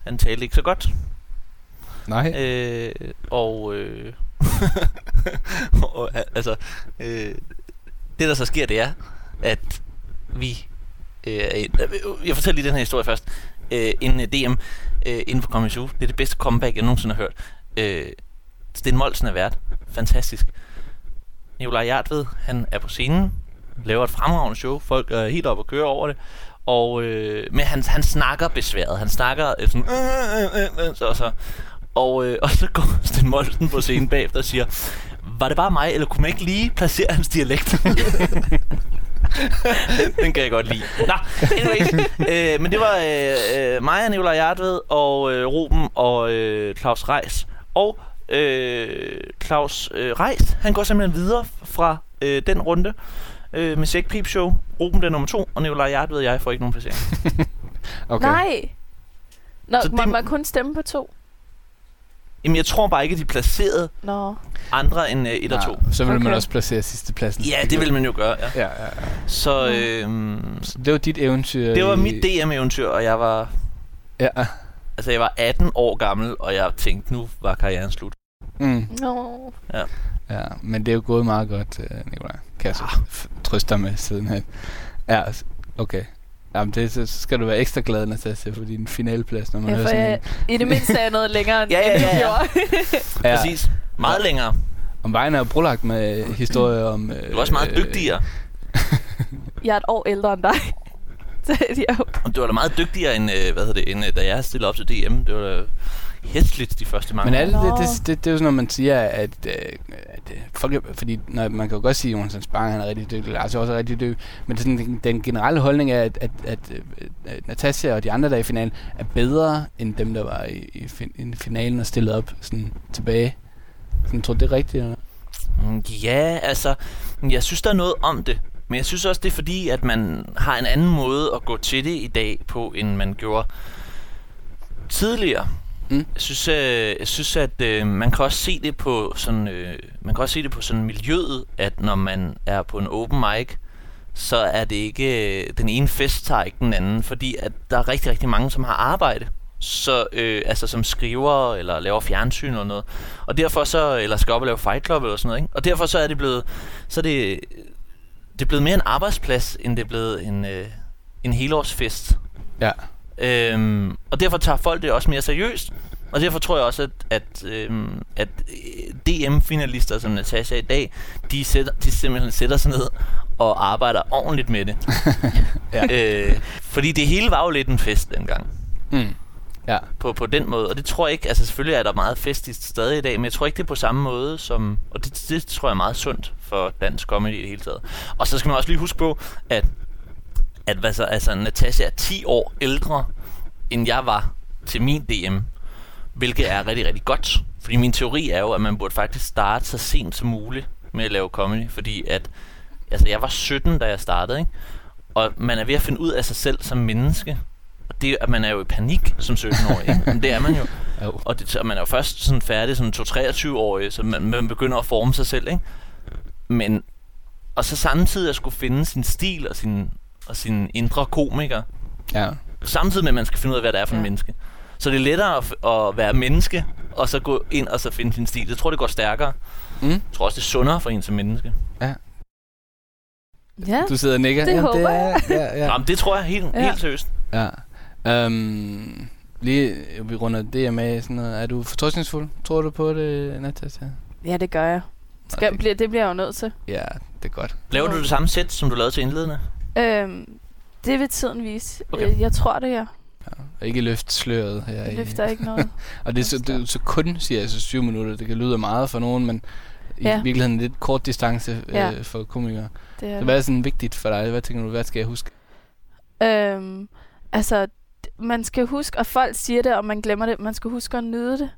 [SPEAKER 4] Han talte ikke så godt,
[SPEAKER 2] Nej.
[SPEAKER 4] Øh, og, øh, *laughs* og øh, altså, øh, det der så sker, det er, at vi, øh, er i- øh, jeg fortæller lige den her historie først, øh, en øh, DM øh, inden for Comedy Zoo, det er det bedste comeback, jeg nogensinde har hørt. Øh, Sten Molsen er vært, fantastisk. Nikolaj Jartved, han er på scenen, laver et fremragende show, folk er helt oppe og køre over det, og, øh, men han, han snakker besværet, han snakker øh, sådan, øh, øh, øh, øh, og så, og, øh, *laughs* og så går Sten Molten på scenen bagefter og siger, var det bare mig, eller kunne man ikke lige placere hans dialekt? *laughs* Den kan jeg godt lide. Nå, anyways. øh, men det var øh, øh, mig og Nicolaj Jartved og øh, Ruben og øh, Claus Reis. Og øh, Claus øh, Reis, han går simpelthen videre fra øh, den runde øh, med Sæk Peep Show. Ruben bliver nummer to, og Nicolaj Jartved og jeg får ikke nogen placering.
[SPEAKER 2] Okay.
[SPEAKER 3] Nej! Nå,
[SPEAKER 4] Så
[SPEAKER 3] så må
[SPEAKER 4] det-
[SPEAKER 3] man kun stemme på to?
[SPEAKER 4] Jamen, jeg tror bare ikke, at de placerede
[SPEAKER 3] Nå.
[SPEAKER 4] andre end øh, et og
[SPEAKER 2] Nej,
[SPEAKER 4] to.
[SPEAKER 2] Ah, Så ville man
[SPEAKER 3] Okay.
[SPEAKER 2] også placere sidste pladsen.
[SPEAKER 4] Ja, det vil man jo gøre, ja.
[SPEAKER 2] Ja, ja, ja.
[SPEAKER 4] Så øh,
[SPEAKER 2] Så det var dit eventyr.
[SPEAKER 4] det var
[SPEAKER 2] i-
[SPEAKER 4] mit DM-eventyr, og jeg var,
[SPEAKER 2] Ja.
[SPEAKER 4] altså jeg var 18 år gammel, og jeg tænkte, nu var karrieren slut.
[SPEAKER 2] Mm.
[SPEAKER 3] Nå.
[SPEAKER 2] Ja, men det er jo gået meget godt, øh, Nikolaj. Kan jeg så
[SPEAKER 4] Ah.
[SPEAKER 2] f- trøste dig med siden her. Ja, s- okay. Jamen, det, så så skal du være ekstra glad, Natasja, for din finaleplads, når man
[SPEAKER 3] Ja,
[SPEAKER 2] hører
[SPEAKER 3] for
[SPEAKER 2] sådan
[SPEAKER 3] jeg, I det mindste er jeg noget længere end
[SPEAKER 4] Ja, ja,
[SPEAKER 3] end
[SPEAKER 4] ja,
[SPEAKER 3] jeg
[SPEAKER 4] ja.
[SPEAKER 3] gjorde. *laughs*
[SPEAKER 2] en.
[SPEAKER 4] Ja.
[SPEAKER 2] Ja,
[SPEAKER 4] Præcis. Meget
[SPEAKER 2] Ja.
[SPEAKER 4] længere.
[SPEAKER 2] om vejen er jo brolagt med historier om... Øh,
[SPEAKER 4] Du var også meget dygtigere.
[SPEAKER 3] Jeg er et år ældre end dig. *laughs* Så jeg håber.
[SPEAKER 4] Og du var da meget dygtigere, end, øh, hvad hedder det, end øh, da jeg stillede op til DM. Det var da hæsligt de første mange
[SPEAKER 2] Men er det,
[SPEAKER 3] Nå.
[SPEAKER 2] det, det, det, det er jo sådan, når man siger, at, øh, at øh, folk, er- fordi når, man kan jo godt sige, at Jonas Spang han er rigtig dygtig, Lars er også rigtig dygtig, men det er sådan, den, den generelle holdning er, at, at, at, øh, at Natasja og de andre, der er i finalen, er bedre end dem, der var i, i, fin, i finalen og stillet op sådan, tilbage. Sådan, tror du, det er rigtigt? Eller?
[SPEAKER 4] Mm, Ja, altså, jeg synes, der er noget om det. Men jeg synes også, det er fordi, at man har en anden måde at gå til det i dag på, end man gjorde tidligere.
[SPEAKER 2] Mm.
[SPEAKER 4] Jeg synes, øh, jeg synes at øh, man kan også se det på sådan, øh, man kan også se det på sådan miljøet, at når man er på en open mic, så er det ikke øh, den ene fest tager ikke den anden, fordi at der er rigtig rigtig mange, som har arbejde, så øh, altså som skriver eller laver fjernsyn eller noget, og derfor så eller skal op og lave Fight Club eller sådan noget, ikke? og derfor så er det blevet så er det det er blevet mere en arbejdsplads end det er blevet en øh, en helårsfest.
[SPEAKER 2] Ja.
[SPEAKER 4] Øhm, og derfor tager folk det også mere seriøst. Og derfor tror jeg også, at, at, øhm, at øh, DM-finalister som Natasha i dag, de, sætter, de simpelthen sætter sig ned og arbejder ordentligt med det. øh, fordi det hele var jo lidt en fest dengang.
[SPEAKER 2] Mm. Ja.
[SPEAKER 4] På, på den måde. Og det tror jeg ikke, altså selvfølgelig er der meget festigt stadig i dag, men jeg tror ikke, det er på samme måde som... Og det, det tror jeg er meget sundt for dansk comedy i det hele taget. Og så skal man også lige huske på, at, at hvad så, altså, Natasha er 10 år ældre, end jeg var til min DM. Hvilket er rigtig, rigtig godt. Fordi min teori er jo, at man burde faktisk starte så sent som muligt med at lave comedy. Fordi at, altså jeg var 17, da jeg startede, ikke? Og man er ved at finde ud af sig selv som menneske. Og det, at man er jo i panik som 17-årig, ikke? Men det er man jo.
[SPEAKER 2] Jo.
[SPEAKER 4] Og, det, og man er jo først sådan færdig som 23-årig, så man, man begynder at forme sig selv, ikke? Men, og så samtidig at skulle finde sin stil og sin, og sin indre komiker,
[SPEAKER 2] Ja.
[SPEAKER 4] samtidig med, at man skal finde ud af, hvad det er for ja. en
[SPEAKER 3] Ja.
[SPEAKER 4] menneske. Så det er lettere at, f- at være menneske, og så gå ind og så finde sin stil. Jeg tror, det går stærkere.
[SPEAKER 2] Mm.
[SPEAKER 4] Jeg tror også, det er sundere for en som menneske.
[SPEAKER 3] Ja.
[SPEAKER 2] Du sidder og nikker.
[SPEAKER 3] Det
[SPEAKER 2] Jamen,
[SPEAKER 3] håber
[SPEAKER 2] det er, ja,
[SPEAKER 4] Ja.
[SPEAKER 2] ja.
[SPEAKER 4] Jamen, det tror jeg helt, ja.
[SPEAKER 3] Ja.
[SPEAKER 4] helt seriøst.
[SPEAKER 2] Ja. Um, lige øh, vi runder det med sådan noget. Er du fortrøstningsfuld? Tror du på det, Natasja?
[SPEAKER 3] ja, det gør jeg. Skal, bliver, det bliver jeg jo nødt til.
[SPEAKER 2] Ja, det er godt.
[SPEAKER 4] Laver du det samme sæt, som du lavede til indledende?
[SPEAKER 3] Øhm, det vil tiden vise.
[SPEAKER 4] Okay.
[SPEAKER 3] Okay. Jeg tror det, jeg.
[SPEAKER 2] Og ikke løft sløret her.
[SPEAKER 3] Jeg
[SPEAKER 2] i-
[SPEAKER 4] *laughs*
[SPEAKER 3] løfter ikke noget.
[SPEAKER 2] Og det er så, det, er så kun, siger jeg, så syv minutter. Det kan lyde af meget for nogen, men i
[SPEAKER 3] Ja.
[SPEAKER 2] virkeligheden lidt kort distance øh,
[SPEAKER 3] Ja.
[SPEAKER 2] for komikere.
[SPEAKER 3] Det er
[SPEAKER 2] Så
[SPEAKER 3] det.
[SPEAKER 2] hvad er sådan vigtigt for dig? Hvad tænker du, hvad skal jeg huske?
[SPEAKER 3] Øhm, altså, d- man skal huske, og folk siger det, og man glemmer det. Man skal huske at nyde det.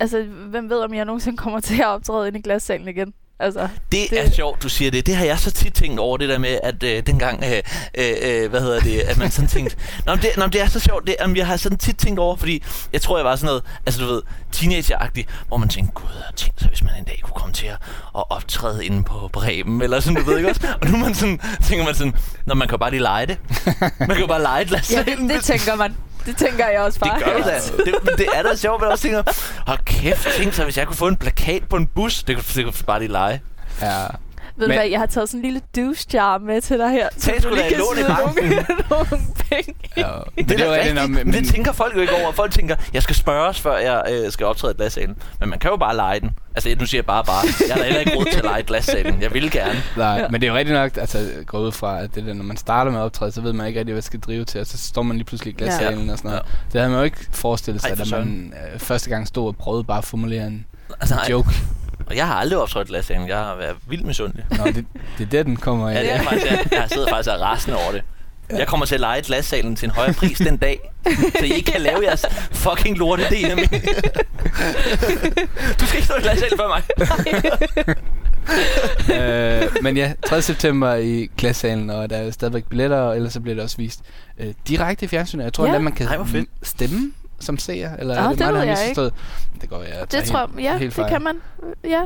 [SPEAKER 3] Altså, hvem ved, om jeg nogensinde kommer til at optræde ind i glassalen igen?
[SPEAKER 4] *laughs*
[SPEAKER 3] Altså,
[SPEAKER 4] Det,
[SPEAKER 3] Det-
[SPEAKER 4] det er sjovt, du siger det. Det har jeg så tit tænkt over, det der med, at øh, dengang, øh, øh, øh, hvad hedder det, at man sådan
[SPEAKER 3] *laughs*
[SPEAKER 4] tænkte, nå, men det, nå, men det er så sjovt, det, om jeg har sådan tit tænkt over, fordi jeg tror, jeg var sådan noget, altså du ved, teenageragtig, hvor man tænkte, gud, jeg tænkte så, hvis man en dag kunne komme til at, at optræde inde på Bremen, eller sådan, du ved ikke også? Og nu er man sådan, tænker man sådan, når man kan jo bare lige lege det. Man kan jo bare lege
[SPEAKER 3] *laughs*
[SPEAKER 4] et
[SPEAKER 3] ja,
[SPEAKER 4] lasagne.
[SPEAKER 3] det, det tænker man. Det tænker jeg også bare.
[SPEAKER 4] Det gør du da. Det, men det er da sjovt, men jeg også tænker, hold kæft, tænk så, hvis jeg kunne få en plakat på en bus, det kunne, det kunne bare lige lege.
[SPEAKER 2] Ja.
[SPEAKER 3] *laughs* *laughs* Ved du
[SPEAKER 2] Men-
[SPEAKER 3] hvad, jeg har taget sådan en lille douche jar med til dig her. så
[SPEAKER 4] Tag
[SPEAKER 3] du
[SPEAKER 4] sgu da
[SPEAKER 3] lige
[SPEAKER 4] et
[SPEAKER 3] kan
[SPEAKER 4] lån i
[SPEAKER 3] smide
[SPEAKER 4] banken.
[SPEAKER 3] nogle, *laughs* nogle penge.
[SPEAKER 2] ja.
[SPEAKER 4] Det, det,
[SPEAKER 2] rigtigt,
[SPEAKER 4] er rigtigt,
[SPEAKER 2] nok,
[SPEAKER 4] men, det tænker folk jo ikke over. Folk tænker, jeg skal spørges, før jeg øh, skal optræde i glassalen. Men man kan jo bare lege den. Altså, nu siger jeg bare bare. Jeg har da heller ikke råd til at lege i glassalen. Jeg vil gerne.
[SPEAKER 2] Nej, ja. men det er jo rigtigt nok, altså går ud fra, at det der, når man starter med at optræde, så ved man ikke rigtig, hvad skal drive til, og så står man lige pludselig i glassalen ja. og sådan noget. Ja. Det havde man jo ikke forestillet sig,
[SPEAKER 4] Ej, for
[SPEAKER 2] da man øh, første gang stod og prøvede bare at formulere en
[SPEAKER 4] Altså, *laughs* nej. *laughs*
[SPEAKER 2] joke.
[SPEAKER 4] Og jeg har aldrig optrådt i glassalen. Jeg har været vildt misundelig.
[SPEAKER 2] Nå, det, det er der, den kommer af.
[SPEAKER 4] Ja, det er faktisk, jeg, jeg sidder faktisk og er rasende over det. Jeg kommer til at lege glassalen til en højere pris den dag, så I ikke kan lave jeres fucking lorte DM. *laughs* du skal ikke stå i glassalen for mig.
[SPEAKER 2] øh, men ja, 3. september i klassalen, og der er jo stadigvæk billetter, og ellers så bliver det også vist øh, direkte i fjernsynet. Jeg tror,
[SPEAKER 3] Ja.
[SPEAKER 2] ja. at man kan
[SPEAKER 4] Ej, hvor fedt.
[SPEAKER 2] m- stemme som seer, eller
[SPEAKER 3] Nå,
[SPEAKER 2] er det, mig,
[SPEAKER 3] det
[SPEAKER 2] der
[SPEAKER 3] ved
[SPEAKER 2] har
[SPEAKER 3] jeg
[SPEAKER 2] misforstået? Det går jeg tager
[SPEAKER 3] Det tror jeg, ja,
[SPEAKER 2] helt
[SPEAKER 3] det
[SPEAKER 2] fejl.
[SPEAKER 3] kan man. Ja,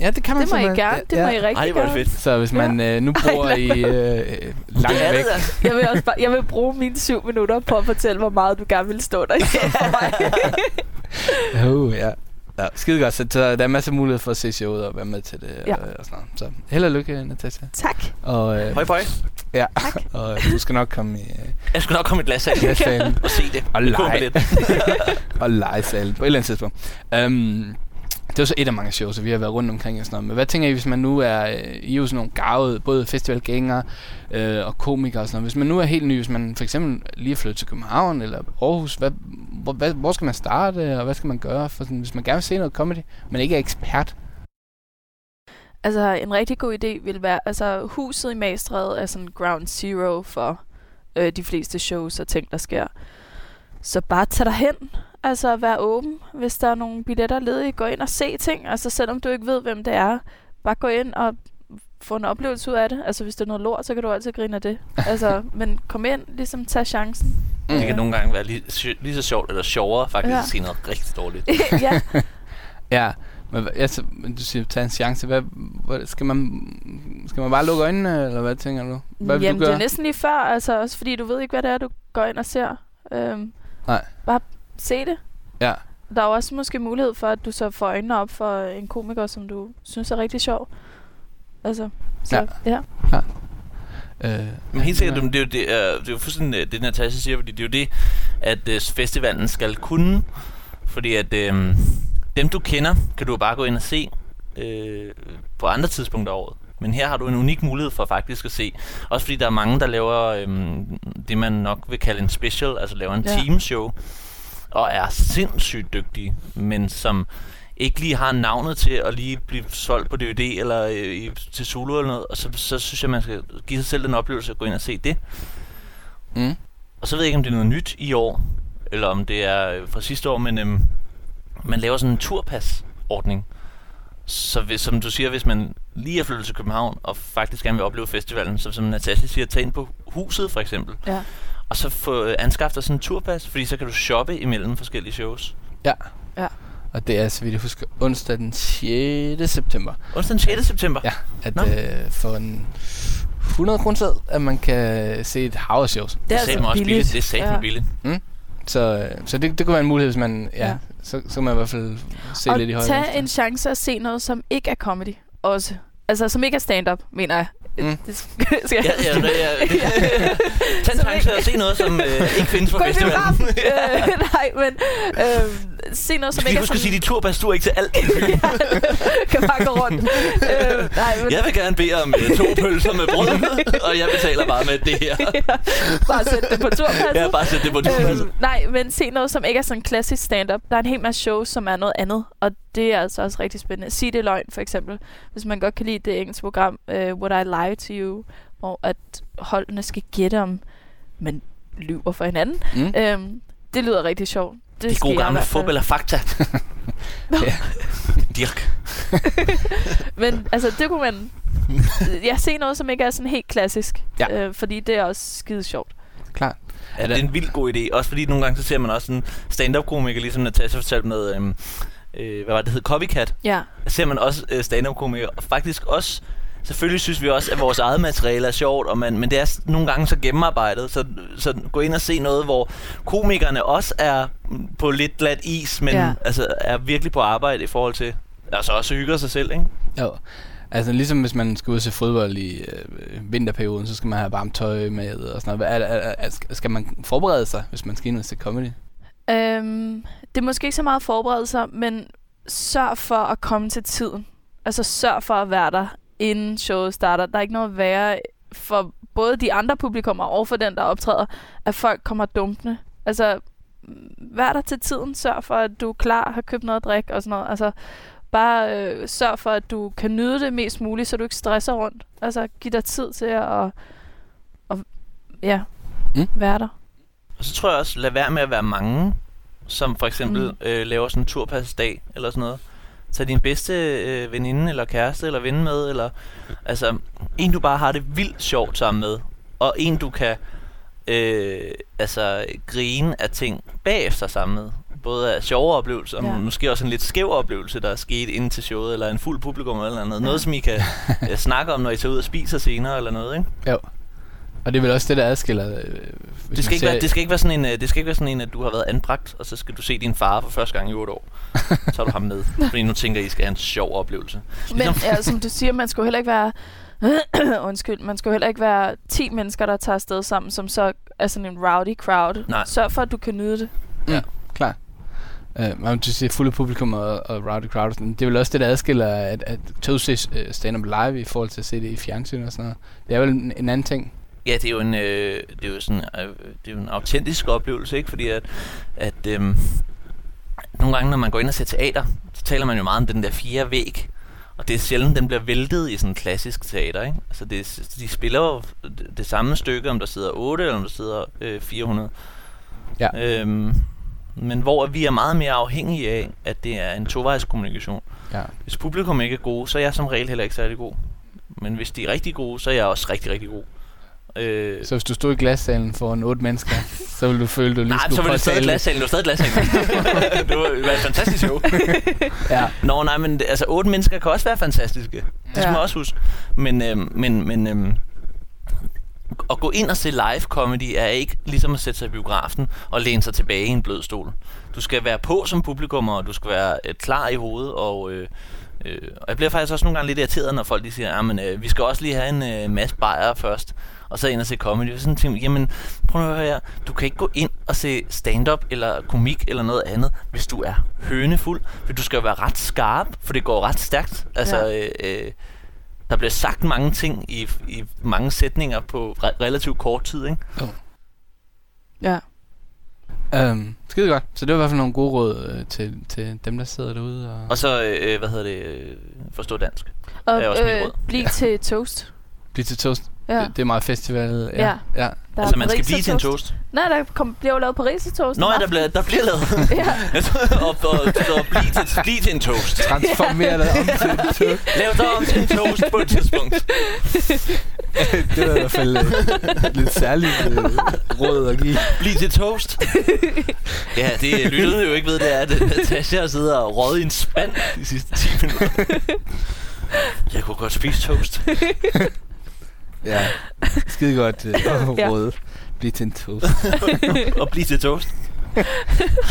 [SPEAKER 2] Ja, det kan man
[SPEAKER 3] det må I
[SPEAKER 2] simpelthen.
[SPEAKER 3] gerne. Det
[SPEAKER 2] ja.
[SPEAKER 3] må I rigtig
[SPEAKER 4] Ej, hvor er det
[SPEAKER 3] gerne.
[SPEAKER 4] fedt.
[SPEAKER 2] Så hvis man øh, nu bor
[SPEAKER 3] Ej,
[SPEAKER 2] i øh, øh, langt
[SPEAKER 4] Det er
[SPEAKER 2] væk,
[SPEAKER 4] det, altså.
[SPEAKER 3] Jeg vil, også bare, jeg vil bruge mine syv minutter på at fortælle, hvor meget du gerne vil stå *laughs* der.
[SPEAKER 4] altså.
[SPEAKER 2] *laughs* Oh, ja. ja. Skide godt, så så der er masser af mulighed for at se showet og være med til det
[SPEAKER 3] Ja.
[SPEAKER 2] ja. og, øh, og sådan noget. Så held og lykke, Natasha.
[SPEAKER 3] tak.
[SPEAKER 2] Og, øh,
[SPEAKER 4] Høj, høj.
[SPEAKER 2] ja. *laughs* og øh, du skal nok komme i øh,
[SPEAKER 4] Jeg skulle nok komme i glassalen *laughs*
[SPEAKER 2] glassalen
[SPEAKER 4] og se det.
[SPEAKER 2] Og
[SPEAKER 4] Få en
[SPEAKER 2] lege.
[SPEAKER 4] billet.
[SPEAKER 2] *laughs* og lejesalen på et eller andet tidspunkt. Um, det var så et af mange shows, og vi har været rundt omkring og sådan noget. Men hvad tænker I, hvis man nu er... øh, I er jo sådan nogle gavede, både festivalgængere øh, og komikere og sådan noget. Hvis man nu er helt ny, hvis man for eksempel lige er flyttet til København eller Aarhus, hvad, hvor, hvad, hvor skal man starte, og hvad skal man gøre? For sådan, hvis man gerne vil se noget comedy, men ikke er ekspert.
[SPEAKER 3] Altså, en rigtig god idé vil være... Altså, huset i Magstræde er sådan ground zero for øh, de fleste shows og ting, der sker. Så bare tag dig hen. Altså, vær åben. Hvis der er nogle billetter ledige, gå ind og se ting. Altså, selvom du ikke ved, hvem det er, bare gå ind og få en oplevelse ud af det. Altså, hvis det er noget lort, så kan du altid grine af det.
[SPEAKER 2] *laughs*
[SPEAKER 3] Altså, men kom ind, ligesom tag chancen.
[SPEAKER 2] Mm.
[SPEAKER 4] Det kan nogle gange være lige, sy- lige så sjovt, eller sjovere faktisk,
[SPEAKER 3] Ja.
[SPEAKER 4] ja. at se noget rigtig dårligt.
[SPEAKER 3] ja,
[SPEAKER 2] Ja, men hvad- altså, men du siger, tag en chance. Hvad, hvad, skal, man, skal man bare lukke øjnene, eller hvad tænker du? Hvad vil
[SPEAKER 3] Jamen,
[SPEAKER 2] du
[SPEAKER 3] det
[SPEAKER 2] gøre?
[SPEAKER 3] er næsten lige før, altså også fordi du ved ikke, hvad det er, du går ind og ser. Øhm,
[SPEAKER 2] Nej.
[SPEAKER 3] Bare se det.
[SPEAKER 2] Ja.
[SPEAKER 3] Der er jo også måske mulighed for, at du så får øjnene op for en komiker, som du synes er rigtig sjov. Altså, så,
[SPEAKER 2] Ja.
[SPEAKER 3] ja.
[SPEAKER 2] Øh,
[SPEAKER 4] Men helt sikkert,
[SPEAKER 2] ja.
[SPEAKER 4] det er jo, det er, det er jo fuldstændig øh, det, Natasha siger, fordi det er jo det, at øh, festivalen skal kunne. Fordi at øh, dem, du kender, kan du jo bare gå ind og se øh, på andre tidspunkter af året. Men her har du en unik mulighed for faktisk at se. Også fordi der er mange, der laver øhm, det, man nok vil kalde en special, altså laver en
[SPEAKER 3] Ja.
[SPEAKER 4] ja. teamshow, og er sindssygt dygtige, men som ikke lige har navnet til at lige blive solgt på DVD eller øh, i, til solo eller noget, og så, så synes jeg, man skal give sig selv den oplevelse at gå ind og se det.
[SPEAKER 2] Mm.
[SPEAKER 4] Og så ved jeg ikke, om det er noget nyt i år, eller om det er øh, fra sidste år, men øhm, man laver sådan en turpas-ordning. Så hvis, som du siger, hvis man lige er flyttet til København og faktisk gerne vil opleve festivalen, så som Natasha siger, tag ind på huset for eksempel,
[SPEAKER 3] Ja.
[SPEAKER 4] og så få øh, anskaffet dig sådan en turpas, fordi så kan du shoppe imellem forskellige shows.
[SPEAKER 2] Og det er, så vidt jeg husker, onsdag den 6. september,
[SPEAKER 4] Onsdag den 6. september.
[SPEAKER 2] Ja. at
[SPEAKER 4] Nå.
[SPEAKER 2] øh, for en 100 kroner sæd, at man kan se et hav af shows.
[SPEAKER 4] Det er sagde mig også altså billigt. Det er sagde
[SPEAKER 3] Ja.
[SPEAKER 4] ja. billigt.
[SPEAKER 2] Så, øh, så det, det kunne være en mulighed, hvis man, ja,
[SPEAKER 3] Ja.
[SPEAKER 2] ja. Så, så kan man i hvert fald se
[SPEAKER 3] og
[SPEAKER 2] lidt i højre.
[SPEAKER 3] tag
[SPEAKER 2] venstre.
[SPEAKER 3] en chance at se noget, som ikke er comedy også. Altså, som ikke er stand-up, mener jeg.
[SPEAKER 2] Mm.
[SPEAKER 3] Det skal *laughs* skal-
[SPEAKER 4] Ja, ja,
[SPEAKER 3] *laughs*
[SPEAKER 4] ja, ja. Tag en
[SPEAKER 3] Som
[SPEAKER 4] chance
[SPEAKER 3] ikke-
[SPEAKER 4] og se noget, som øh, ikke findes på
[SPEAKER 3] Gå i
[SPEAKER 4] festivalen.
[SPEAKER 3] biografen! øh, nej, men øh, se noget,
[SPEAKER 4] Skal
[SPEAKER 3] som
[SPEAKER 4] vi
[SPEAKER 3] ikke
[SPEAKER 4] ikke
[SPEAKER 3] er
[SPEAKER 4] huske at sige,
[SPEAKER 3] sådan...
[SPEAKER 4] at de turbastuer ikke til alt?
[SPEAKER 3] *laughs* kan bare gå rundt. øh, nej, men *laughs*
[SPEAKER 4] Jeg vil gerne bede om øh, to pølser med brød, og jeg betaler bare med det her.
[SPEAKER 3] bare sætte det på turpasset.
[SPEAKER 4] Jeg har bare sæt det på turpølser.
[SPEAKER 3] øhm, nej, men se noget, som ikke er sådan klassisk stand-up. Der er en hel masse shows, som er noget andet, og det er altså også rigtig spændende. Sig det løgn, for eksempel. Hvis man godt kan lide det engelske program, uh, Would I Lie to You, hvor at holdene skal gætte om, man lyver for hinanden.
[SPEAKER 2] Mm.
[SPEAKER 3] Øhm, det lyder rigtig sjovt. Det,
[SPEAKER 4] Det er
[SPEAKER 3] skal jeg
[SPEAKER 4] gode
[SPEAKER 3] i
[SPEAKER 4] gamle
[SPEAKER 3] hvert fald.
[SPEAKER 4] fup eller fakta.
[SPEAKER 2] Ja.
[SPEAKER 4] Dirk.
[SPEAKER 3] Men altså, det kunne
[SPEAKER 4] *laughs*
[SPEAKER 3] man... Jeg ser noget, som ikke er sådan helt klassisk.
[SPEAKER 2] Ja.
[SPEAKER 3] Øh, fordi det er også skide sjovt.
[SPEAKER 2] Klart.
[SPEAKER 4] Ja, det er en vild god idé. Også fordi nogle gange så ser man også en stand-up-komiker, ligesom Natasha fortalte med, øhm, øh, hvad var det, det hed, Copycat.
[SPEAKER 3] Ja.
[SPEAKER 4] Ser man også øh, stand-up-komikere, og faktisk også, selvfølgelig synes vi også, at vores eget materiale er sjovt, og man, men det er s- nogle gange så gennemarbejdet, så, så gå ind og se noget, hvor komikerne også er mm, på lidt glat is, men
[SPEAKER 3] Ja.
[SPEAKER 4] ja. altså er virkelig på arbejde i forhold til, altså også hygger sig selv, ikke?
[SPEAKER 2] Jo. Altså ligesom hvis man skal ud til fodbold i øh, vinterperioden, så skal man have varmt tøj med og sådan noget. Er, er, er, er, skal man forberede sig, hvis man skal ind og se comedy?
[SPEAKER 3] Øhm, det er måske ikke så meget forberedelser, men sørg for at komme til tiden. Altså sørg for at være der, inden showet starter. Der er ikke noget værre for både de andre publikummer og for den, der optræder, at folk kommer dumpende. Altså, mm, vær der til tiden. Sørg for, at du er klar, har købt noget at drikke og sådan noget. Altså, bare øh, sørg for, at du kan nyde det mest muligt, så du ikke stresser rundt. Altså, giv dig tid til at, at ja,
[SPEAKER 2] Mm.
[SPEAKER 3] mm. være der.
[SPEAKER 4] Og så tror jeg også, lad være med at være mange, som for eksempel mm. øh, laver sådan en turpasdag eller sådan noget. Tag din bedste øh, veninde eller kæreste eller ven med, eller altså en du bare har det vildt sjovt sammen med, og en du kan øh, altså grine af ting bagefter sammen med. Både af sjove oplevelser, ja.
[SPEAKER 3] Ja.
[SPEAKER 4] men måske også en lidt skæv oplevelse, der er sket inden til showet, eller en fuld publikum eller noget. Noget, som I *laughs* kan øh, snakke om, når I tager ud og spiser senere eller noget, ikke?
[SPEAKER 2] Jo. Og det er vel også det, der adskiller... Øh, hvis
[SPEAKER 4] Det skal,
[SPEAKER 2] man
[SPEAKER 4] ikke
[SPEAKER 2] ser-
[SPEAKER 4] være, det, skal ikke være sådan en, øh, det skal ikke være sådan en, at du har været anbragt, og så skal du se din far for første gang i otte år. Så har du ham med, fordi nu tænker I, I skal have en sjov oplevelse.
[SPEAKER 3] Men ja,
[SPEAKER 4] *laughs*
[SPEAKER 3] som du siger, man skal jo heller ikke være... *clears throat* undskyld, man skal jo heller ikke være 10 mennesker, der tager afsted sammen, som så er sådan en rowdy crowd.
[SPEAKER 4] Nej.
[SPEAKER 3] Sørg for, at du kan nyde det.
[SPEAKER 2] Klar. Øh, man vil sige, fulde publikum og, og rowdy crowd, og sådan. det er vel også det, der adskiller, at, at tage ud og se øh, stand-up live i forhold til at se det i fjernsyn og sådan noget. Det er vel en, en anden ting.
[SPEAKER 4] Ja, det er jo en, øh, det er jo sådan, øh, det er jo en autentisk oplevelse, ikke? Fordi at, at øh, nogle gange, når man går ind og ser teater, så taler man jo meget om den der fjerde væg. Og det er sjældent, den bliver væltet i sådan en klassisk teater, ikke? Altså, det, er- de spiller jo det- det samme stykke, om der sidder 8 eller om der sidder øh, 400.
[SPEAKER 2] Ja.
[SPEAKER 4] Øhm, men hvor vi er meget mere afhængige af, at det er en tovejskommunikation.
[SPEAKER 2] Ja.
[SPEAKER 4] Hvis publikum ikke er gode, så er jeg som regel heller ikke særlig god. Men hvis de er rigtig gode, så er jeg også rigtig, rigtig god. Øh,
[SPEAKER 2] Så hvis du stod i glassalen for en otte *laughs* mennesker, så ville du føle, du lige
[SPEAKER 4] Nej,
[SPEAKER 2] skulle
[SPEAKER 4] så var det stadig
[SPEAKER 2] påtale-
[SPEAKER 4] glassalen. Det var stadig glassalen.
[SPEAKER 2] *laughs*
[SPEAKER 4] det var det var et fantastisk show.
[SPEAKER 2] Ja.
[SPEAKER 4] Nå, nej, men det- altså, otte mennesker kan også være fantastiske. Det skal
[SPEAKER 3] Ja.
[SPEAKER 4] man også huske. Men, øhm, men, men øhm, at gå ind og se live comedy er ikke ligesom at sætte sig i biografen og læne sig tilbage i en blød stol. Du skal være på som publikum, og du skal være øh, klar i hovedet. Og, øh, øh, og jeg bliver faktisk også nogle gange lidt irriteret, når folk de siger, at øh, vi skal også lige have en øh, masse bajer først, og så ind og se comedy. Jeg er sådan tænker, jamen prøv nu at høre her, du kan ikke gå ind og se stand-up eller komik eller noget andet, hvis du er hønefuld. For du skal jo være ret skarp, for det går ret stærkt. Altså, ja. øh, øh, der bliver sagt mange ting i, i mange sætninger på re- relativt kort tid, ikke?
[SPEAKER 3] Ja.
[SPEAKER 2] Øhm, skide godt. Så det var i hvert fald nogle gode råd øh, til, til dem, der sidder derude. Og,
[SPEAKER 4] Og så, øh, hvad hedder det, øh, forstå dansk.
[SPEAKER 3] Og øh,
[SPEAKER 4] Det er også mit råd.
[SPEAKER 3] bliv til toast.
[SPEAKER 2] blive til toast.
[SPEAKER 3] Ja.
[SPEAKER 2] Ja.
[SPEAKER 3] Der
[SPEAKER 2] Det, det, er meget festival.
[SPEAKER 3] Ja.
[SPEAKER 2] ja.
[SPEAKER 3] er
[SPEAKER 4] altså, man skal blive
[SPEAKER 3] parisertoast.
[SPEAKER 4] til en toast.
[SPEAKER 3] Nej, der kom, bliver jo lavet parisertoast.
[SPEAKER 4] Nå ja, der
[SPEAKER 3] Nå.
[SPEAKER 4] bliver, der bliver lavet.
[SPEAKER 3] *laughs*
[SPEAKER 4] *laughs*
[SPEAKER 2] *laughs*
[SPEAKER 3] ja.
[SPEAKER 4] Jeg tror, og, og, og blive, til, blive til en toast.
[SPEAKER 2] Transformere dig om til en toast.
[SPEAKER 4] Lav dig om til en toast på et tidspunkt.
[SPEAKER 2] Det var i hvert fald øh, lidt særligt øh, råd at give.
[SPEAKER 4] Bliv til *laughs* toast. Ja, det lyttede jo ikke ved, det er, at øh, Natasha sidder og råd i en spand de sidste 10 minutter. Jeg kunne godt spise toast.
[SPEAKER 2] Ja. Skide godt øh,
[SPEAKER 3] *laughs* Ja.
[SPEAKER 2] råd. Bliv til en toast.
[SPEAKER 4] og blive til toast.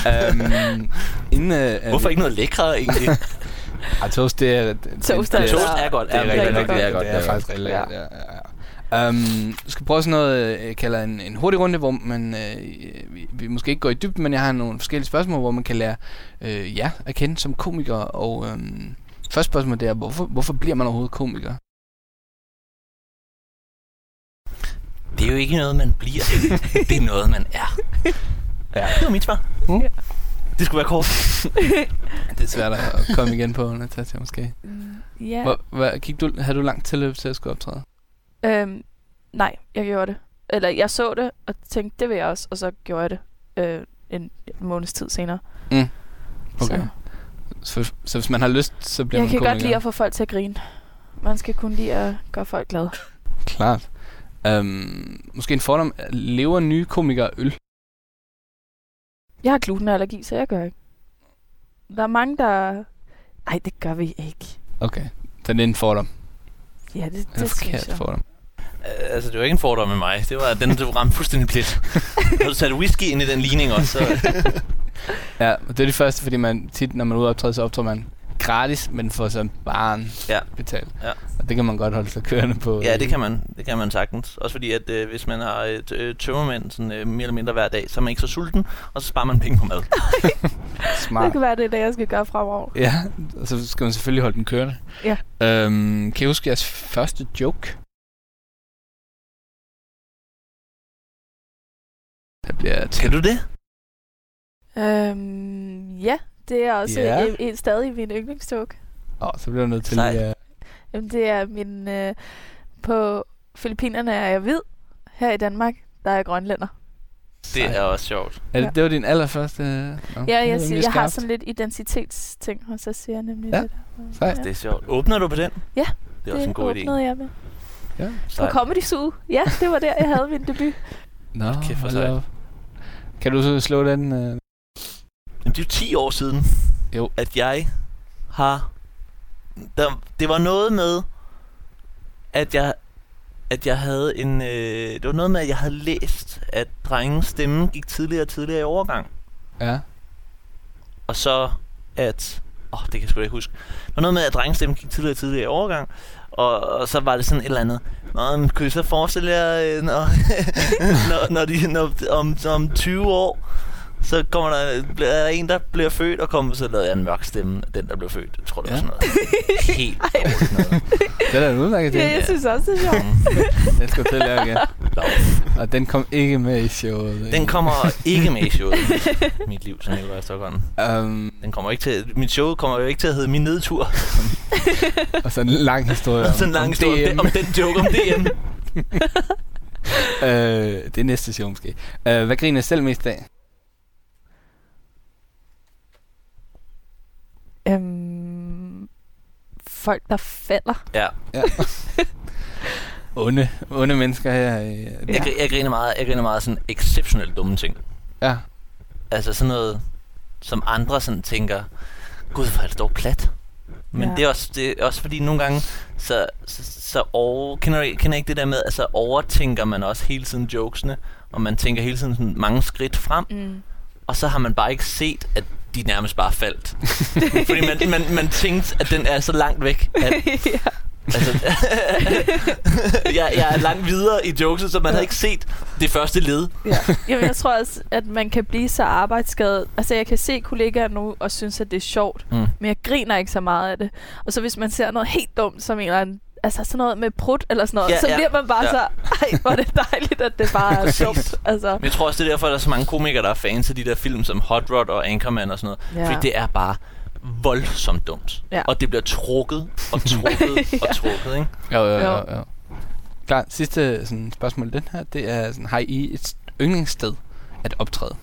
[SPEAKER 2] øhm, inden, øh,
[SPEAKER 4] Hvorfor ikke noget lækre egentlig?
[SPEAKER 2] Ah, toast, det er... det-
[SPEAKER 3] Toast er-
[SPEAKER 2] det
[SPEAKER 4] toast er godt.
[SPEAKER 2] Det er
[SPEAKER 4] Ja,
[SPEAKER 2] rigtig, rigtig,
[SPEAKER 3] godt.
[SPEAKER 2] rigtig,
[SPEAKER 4] det er
[SPEAKER 2] godt. Det er faktisk rigtig,
[SPEAKER 3] Ja.
[SPEAKER 2] rigtig, ja. ja, ja. Um, du skal prøve sådan noget, øh, jeg kalder en, en hurtig runde, hvor man, øh, vi, vi måske ikke går i dybden, men jeg har nogle forskellige spørgsmål, hvor man kan lære øh, jer at kende som komiker. Og øh, første spørgsmål det er, hvorfor, hvorfor bliver man overhovedet komiker?
[SPEAKER 4] Det er jo ikke noget, man *laughs* bliver. det er noget, man er.
[SPEAKER 2] Ja.
[SPEAKER 4] Ja. Det var mit svar.
[SPEAKER 2] Mm.
[SPEAKER 4] Mm. Det skulle være kort.
[SPEAKER 2] Det er svært at komme igen på, Natasja, måske.
[SPEAKER 3] Mm, Ja.
[SPEAKER 2] Hvor, hvad, gik du, havde du langt tilløb til at skulle optræde?
[SPEAKER 3] Øhm, nej, jeg gjorde det. Eller jeg så det, og tænkte, det vil jeg også, og så gjorde jeg det øh, en måneds tid senere.
[SPEAKER 2] Mm.
[SPEAKER 3] Så.
[SPEAKER 2] Okay. Så, så hvis man har lyst, så bliver
[SPEAKER 3] Jeg
[SPEAKER 2] man
[SPEAKER 3] kan
[SPEAKER 2] komiker.
[SPEAKER 3] godt lide at få folk til at grine. Man skal kunne lide at gøre folk glade.
[SPEAKER 2] Klart. Um, måske en fordom. Lever nye komikere af øl?
[SPEAKER 3] Jeg har glutenallergi, så jeg gør ikke. Der er mange, der... Nej, det gør vi ikke.
[SPEAKER 2] Okay. Så det er en fordom.
[SPEAKER 3] Ja, det, det,
[SPEAKER 2] Det er en
[SPEAKER 3] synes
[SPEAKER 2] forkert
[SPEAKER 3] jeg.
[SPEAKER 2] fordom.
[SPEAKER 4] Øh, Altså, det var ikke en fordom med mig. Det var den, du ramte fuldstændig plet. Havde du sat whisky ind i den ligning også, så...
[SPEAKER 2] Ja, og det er det første, fordi man tit, når man er ude at optræde, så optræder man gratis, men får så barn
[SPEAKER 4] Ja.
[SPEAKER 2] betalt.
[SPEAKER 4] Ja.
[SPEAKER 2] Og det kan man godt holde sig kørende på.
[SPEAKER 4] Ja, det kan man. Det kan man sagtens. Også fordi, at øh, hvis man har et øh, tømmermænd sådan, øh, mere eller mindre hver dag, så er man ikke så sulten, og så sparer man penge på mad.
[SPEAKER 3] Det
[SPEAKER 2] Smart.
[SPEAKER 3] kan være, det er det, jeg skal gøre fremover.
[SPEAKER 2] Ja, og så skal man selvfølgelig holde den kørende.
[SPEAKER 3] Ja.
[SPEAKER 2] Øhm, kan I huske jeres første joke? Der bliver
[SPEAKER 4] Kan
[SPEAKER 2] til.
[SPEAKER 4] du det?
[SPEAKER 3] Øhm, ja, det er også
[SPEAKER 2] Ja.
[SPEAKER 3] yeah. en, en, stadig min yndlingstog.
[SPEAKER 2] Åh, oh, så bliver du nødt til
[SPEAKER 4] Sej.
[SPEAKER 2] lige at...
[SPEAKER 3] Jamen, det er min... Øh, på Filippinerne er jeg hvid. Her i Danmark, der er jeg grønlænder.
[SPEAKER 2] Mm.
[SPEAKER 4] Det
[SPEAKER 2] Sej.
[SPEAKER 4] er også sjovt.
[SPEAKER 2] Er det,
[SPEAKER 3] Ja.
[SPEAKER 2] det var din allerførste... øh, Nå,
[SPEAKER 3] Ja,
[SPEAKER 2] det er
[SPEAKER 3] jeg, siger,
[SPEAKER 2] rimelig
[SPEAKER 3] jeg har
[SPEAKER 2] skarpt.
[SPEAKER 3] sådan lidt identitetsting, og så siger jeg nemlig
[SPEAKER 2] Ja,
[SPEAKER 3] det der.
[SPEAKER 2] sejt.
[SPEAKER 4] Det er sjovt. Åbner du på den?
[SPEAKER 3] Ja,
[SPEAKER 4] Det er også en god idé.
[SPEAKER 3] åbnede jeg med.
[SPEAKER 2] Ja.
[SPEAKER 3] På
[SPEAKER 4] Sejt.
[SPEAKER 3] Comedy Zoo. Ja, det var der, jeg havde min
[SPEAKER 4] *laughs*
[SPEAKER 3] debut.
[SPEAKER 2] Nå,
[SPEAKER 4] Kæft, hvor
[SPEAKER 2] hold
[SPEAKER 4] sejt.
[SPEAKER 2] op. Kan du så slå den? Øh?
[SPEAKER 4] Jamen, det er jo 10 år siden,
[SPEAKER 2] Jo.
[SPEAKER 4] at jeg har... Der, det var noget med, at jeg, at jeg havde en... Øh, det var noget med, at jeg havde læst, at drengens stemme gik tidligere og tidligere i overgang.
[SPEAKER 2] Ja.
[SPEAKER 4] Og så at... Åh, oh, det kan jeg sgu da ikke huske. Der var noget med, at drengestemmen gik tidligere og tidligere i overgang. Og, og så var det sådan et eller andet. Nå, men kunne I så forestille jer, øh, når, *laughs* når, når de, når, om, om 20 år, så kommer der, bliver der en, der bliver født, og kommer, så lavede jeg en mørk stemme af den, der blev født. Jeg tror, det var
[SPEAKER 2] Ja.
[SPEAKER 4] sådan
[SPEAKER 2] *laughs*
[SPEAKER 4] noget. Helt dårligt noget.
[SPEAKER 2] Det er da en udmærket ting.
[SPEAKER 3] Ja, jeg synes også, det er
[SPEAKER 2] *laughs*
[SPEAKER 3] sjovt.
[SPEAKER 2] Den skal til at lave
[SPEAKER 4] *laughs*
[SPEAKER 2] igen. Og den kom ikke med i showet.
[SPEAKER 4] Den kommer ikke med i
[SPEAKER 2] *laughs*
[SPEAKER 4] showet. Mit liv som Nikolaj Stockholm.
[SPEAKER 2] Um,
[SPEAKER 4] Den kommer ikke til, mit show kommer jo ikke til at hedde Min Nedtur.
[SPEAKER 2] og så en lang historie om,
[SPEAKER 4] *laughs* Sådan en lang
[SPEAKER 2] om
[SPEAKER 4] historie
[SPEAKER 2] DM.
[SPEAKER 4] om, den- om den joke om
[SPEAKER 2] *laughs*
[SPEAKER 4] DM.
[SPEAKER 2] Øh, det er næste show måske. Øh, hvad griner I selv mest af?
[SPEAKER 3] Øhm, folk, der falder.
[SPEAKER 4] Ja. *laughs*
[SPEAKER 2] Ja. onde, onde mennesker her. i-
[SPEAKER 4] Jeg, gri- jeg, griner meget, jeg griner meget af sådan exceptionelt dumme ting.
[SPEAKER 2] Ja.
[SPEAKER 4] Altså sådan noget, som andre sådan tænker, gud, hvor er det dog plat. Men
[SPEAKER 3] Ja.
[SPEAKER 4] ja. det, er også, det er også fordi nogle gange, så, så, så over, kender, I- kender I ikke det der med, at så overtænker man også hele tiden jokesene, og man tænker hele tiden sådan mange skridt frem,
[SPEAKER 3] Mm.
[SPEAKER 4] og så har man bare ikke set, at de nærmest bare faldt. *laughs* fordi man, man, man tænkte, at den er så langt væk, at
[SPEAKER 3] *laughs* ja.
[SPEAKER 4] Altså, *laughs* jeg, jeg er langt videre i jokeset, så man havde ikke set det første led.
[SPEAKER 3] ja. *laughs* Jamen, jeg tror også, at man kan blive så arbejdsskadet. Altså, jeg kan se kollegaer nu og synes, at det er sjovt,
[SPEAKER 4] Mm.
[SPEAKER 3] men jeg griner ikke så meget af det. Og så hvis man ser noget helt dumt, som en eller anden Altså sådan noget med prut eller sådan noget, ja,
[SPEAKER 4] Ja,
[SPEAKER 3] så
[SPEAKER 4] ja.
[SPEAKER 3] bliver man bare
[SPEAKER 4] Ja.
[SPEAKER 3] så, ej, hvor er det dejligt, at det bare er
[SPEAKER 4] Præcis.
[SPEAKER 3] sjovt. Altså,
[SPEAKER 4] *laughs* Men jeg tror også, det er derfor, at der er så mange komikere, der er fans af de der film som Hot Rod og Anchorman og sådan noget.
[SPEAKER 3] Ja.
[SPEAKER 4] Fordi det er bare voldsomt dumt.
[SPEAKER 3] Ja.
[SPEAKER 4] Og det bliver trukket og trukket
[SPEAKER 3] *laughs*
[SPEAKER 4] og trukket, ikke?
[SPEAKER 2] Jo, jo,
[SPEAKER 3] Jo.
[SPEAKER 2] jo. jo. Klar, sidste sådan, spørgsmål i den her, det er, sådan, har I et yndlingssted at optræde?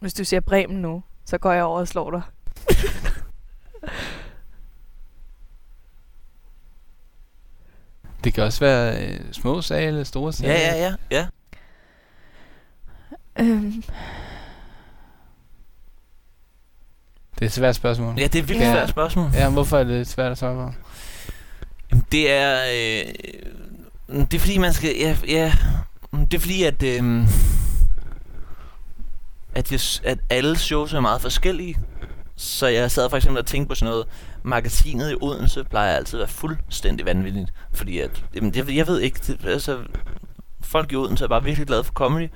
[SPEAKER 3] hvis du siger Bremen nu, så går jeg over og slår dig.
[SPEAKER 2] Det kan også være øh, små sale, store sale.
[SPEAKER 4] Ja, ja, ja. ja.
[SPEAKER 3] Øhm,
[SPEAKER 2] Det er et svært spørgsmål.
[SPEAKER 4] ja det er et vildt
[SPEAKER 3] Ja.
[SPEAKER 4] ja. svært spørgsmål.
[SPEAKER 2] Ja, hvorfor er det svært at svare på?
[SPEAKER 4] Jamen, Det er... Øh, det er fordi, man skal... Ja, ja, det er fordi, at... Øh, at, jeg, s- at alle shows er meget forskellige. Så jeg sad for eksempel og tænkte på sådan noget. Magasinet i Odense plejer altid at være fuldstændig vanvittigt. Fordi at, jamen, jeg, jeg ved ikke, det, altså, folk i Odense er bare virkelig glade for comedy.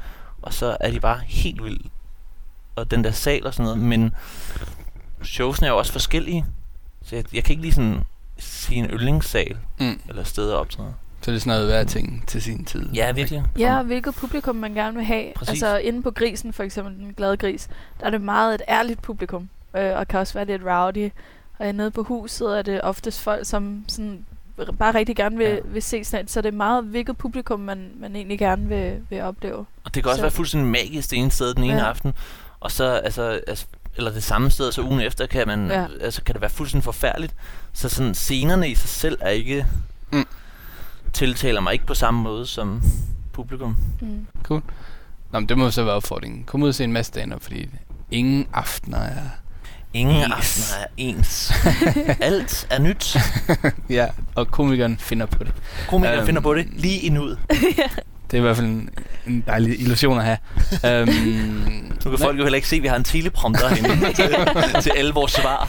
[SPEAKER 4] Og så er de bare helt vildt. Og den der sal og sådan noget. Men showsene er jo også forskellige. Så jeg, jeg kan ikke lige sådan sige en yndlingssal
[SPEAKER 2] Mm.
[SPEAKER 4] eller sted at optræde.
[SPEAKER 2] Så det er sådan noget hver ting til sin tid.
[SPEAKER 4] Ja, virkelig.
[SPEAKER 3] Ja, og hvilket publikum man gerne vil have.
[SPEAKER 4] Præcis.
[SPEAKER 3] Altså inde på grisen, for eksempel den glade gris, der er det meget et ærligt publikum, øh, og kan også være lidt rowdy. Og nede på huset er det oftest folk, som sådan r- bare rigtig gerne vil,
[SPEAKER 4] Ja.
[SPEAKER 3] ja. vil se sådan et. Så det er meget, hvilket publikum man, man egentlig gerne vil, vil opleve.
[SPEAKER 4] Og det kan også
[SPEAKER 3] Så-
[SPEAKER 4] være fuldstændig magisk det ene sted den ene ja.
[SPEAKER 3] Ja.
[SPEAKER 4] aften, og så altså, altså eller det samme sted, så ugen efter kan man ja.
[SPEAKER 3] Ja.
[SPEAKER 4] altså kan det være fuldstændig forfærdeligt. Så sådan scenerne i sig selv er ikke mm.
[SPEAKER 2] Mm.
[SPEAKER 4] tiltaler mig ikke på samme måde som publikum.
[SPEAKER 3] Mm.
[SPEAKER 2] Nå, men det må jo så være opfordringen. Kom ud og se en masse stand fordi ingen aftener er...
[SPEAKER 4] *laughs* Ingen yes.
[SPEAKER 2] Yes.
[SPEAKER 4] aftener er ens. Alt er nyt.
[SPEAKER 2] Ja, og komikeren finder på det.
[SPEAKER 4] Komikere øhm.
[SPEAKER 2] Øhm.
[SPEAKER 4] finder på det lige i nuet.
[SPEAKER 2] Det er i hvert fald en, en dejlig illusion
[SPEAKER 4] *laughs*
[SPEAKER 2] at have. øhm,
[SPEAKER 4] Nu kan folk jo heller ikke se, at vi har en
[SPEAKER 3] *laughs*
[SPEAKER 4] teleprompter herinde til, til alle vores svar.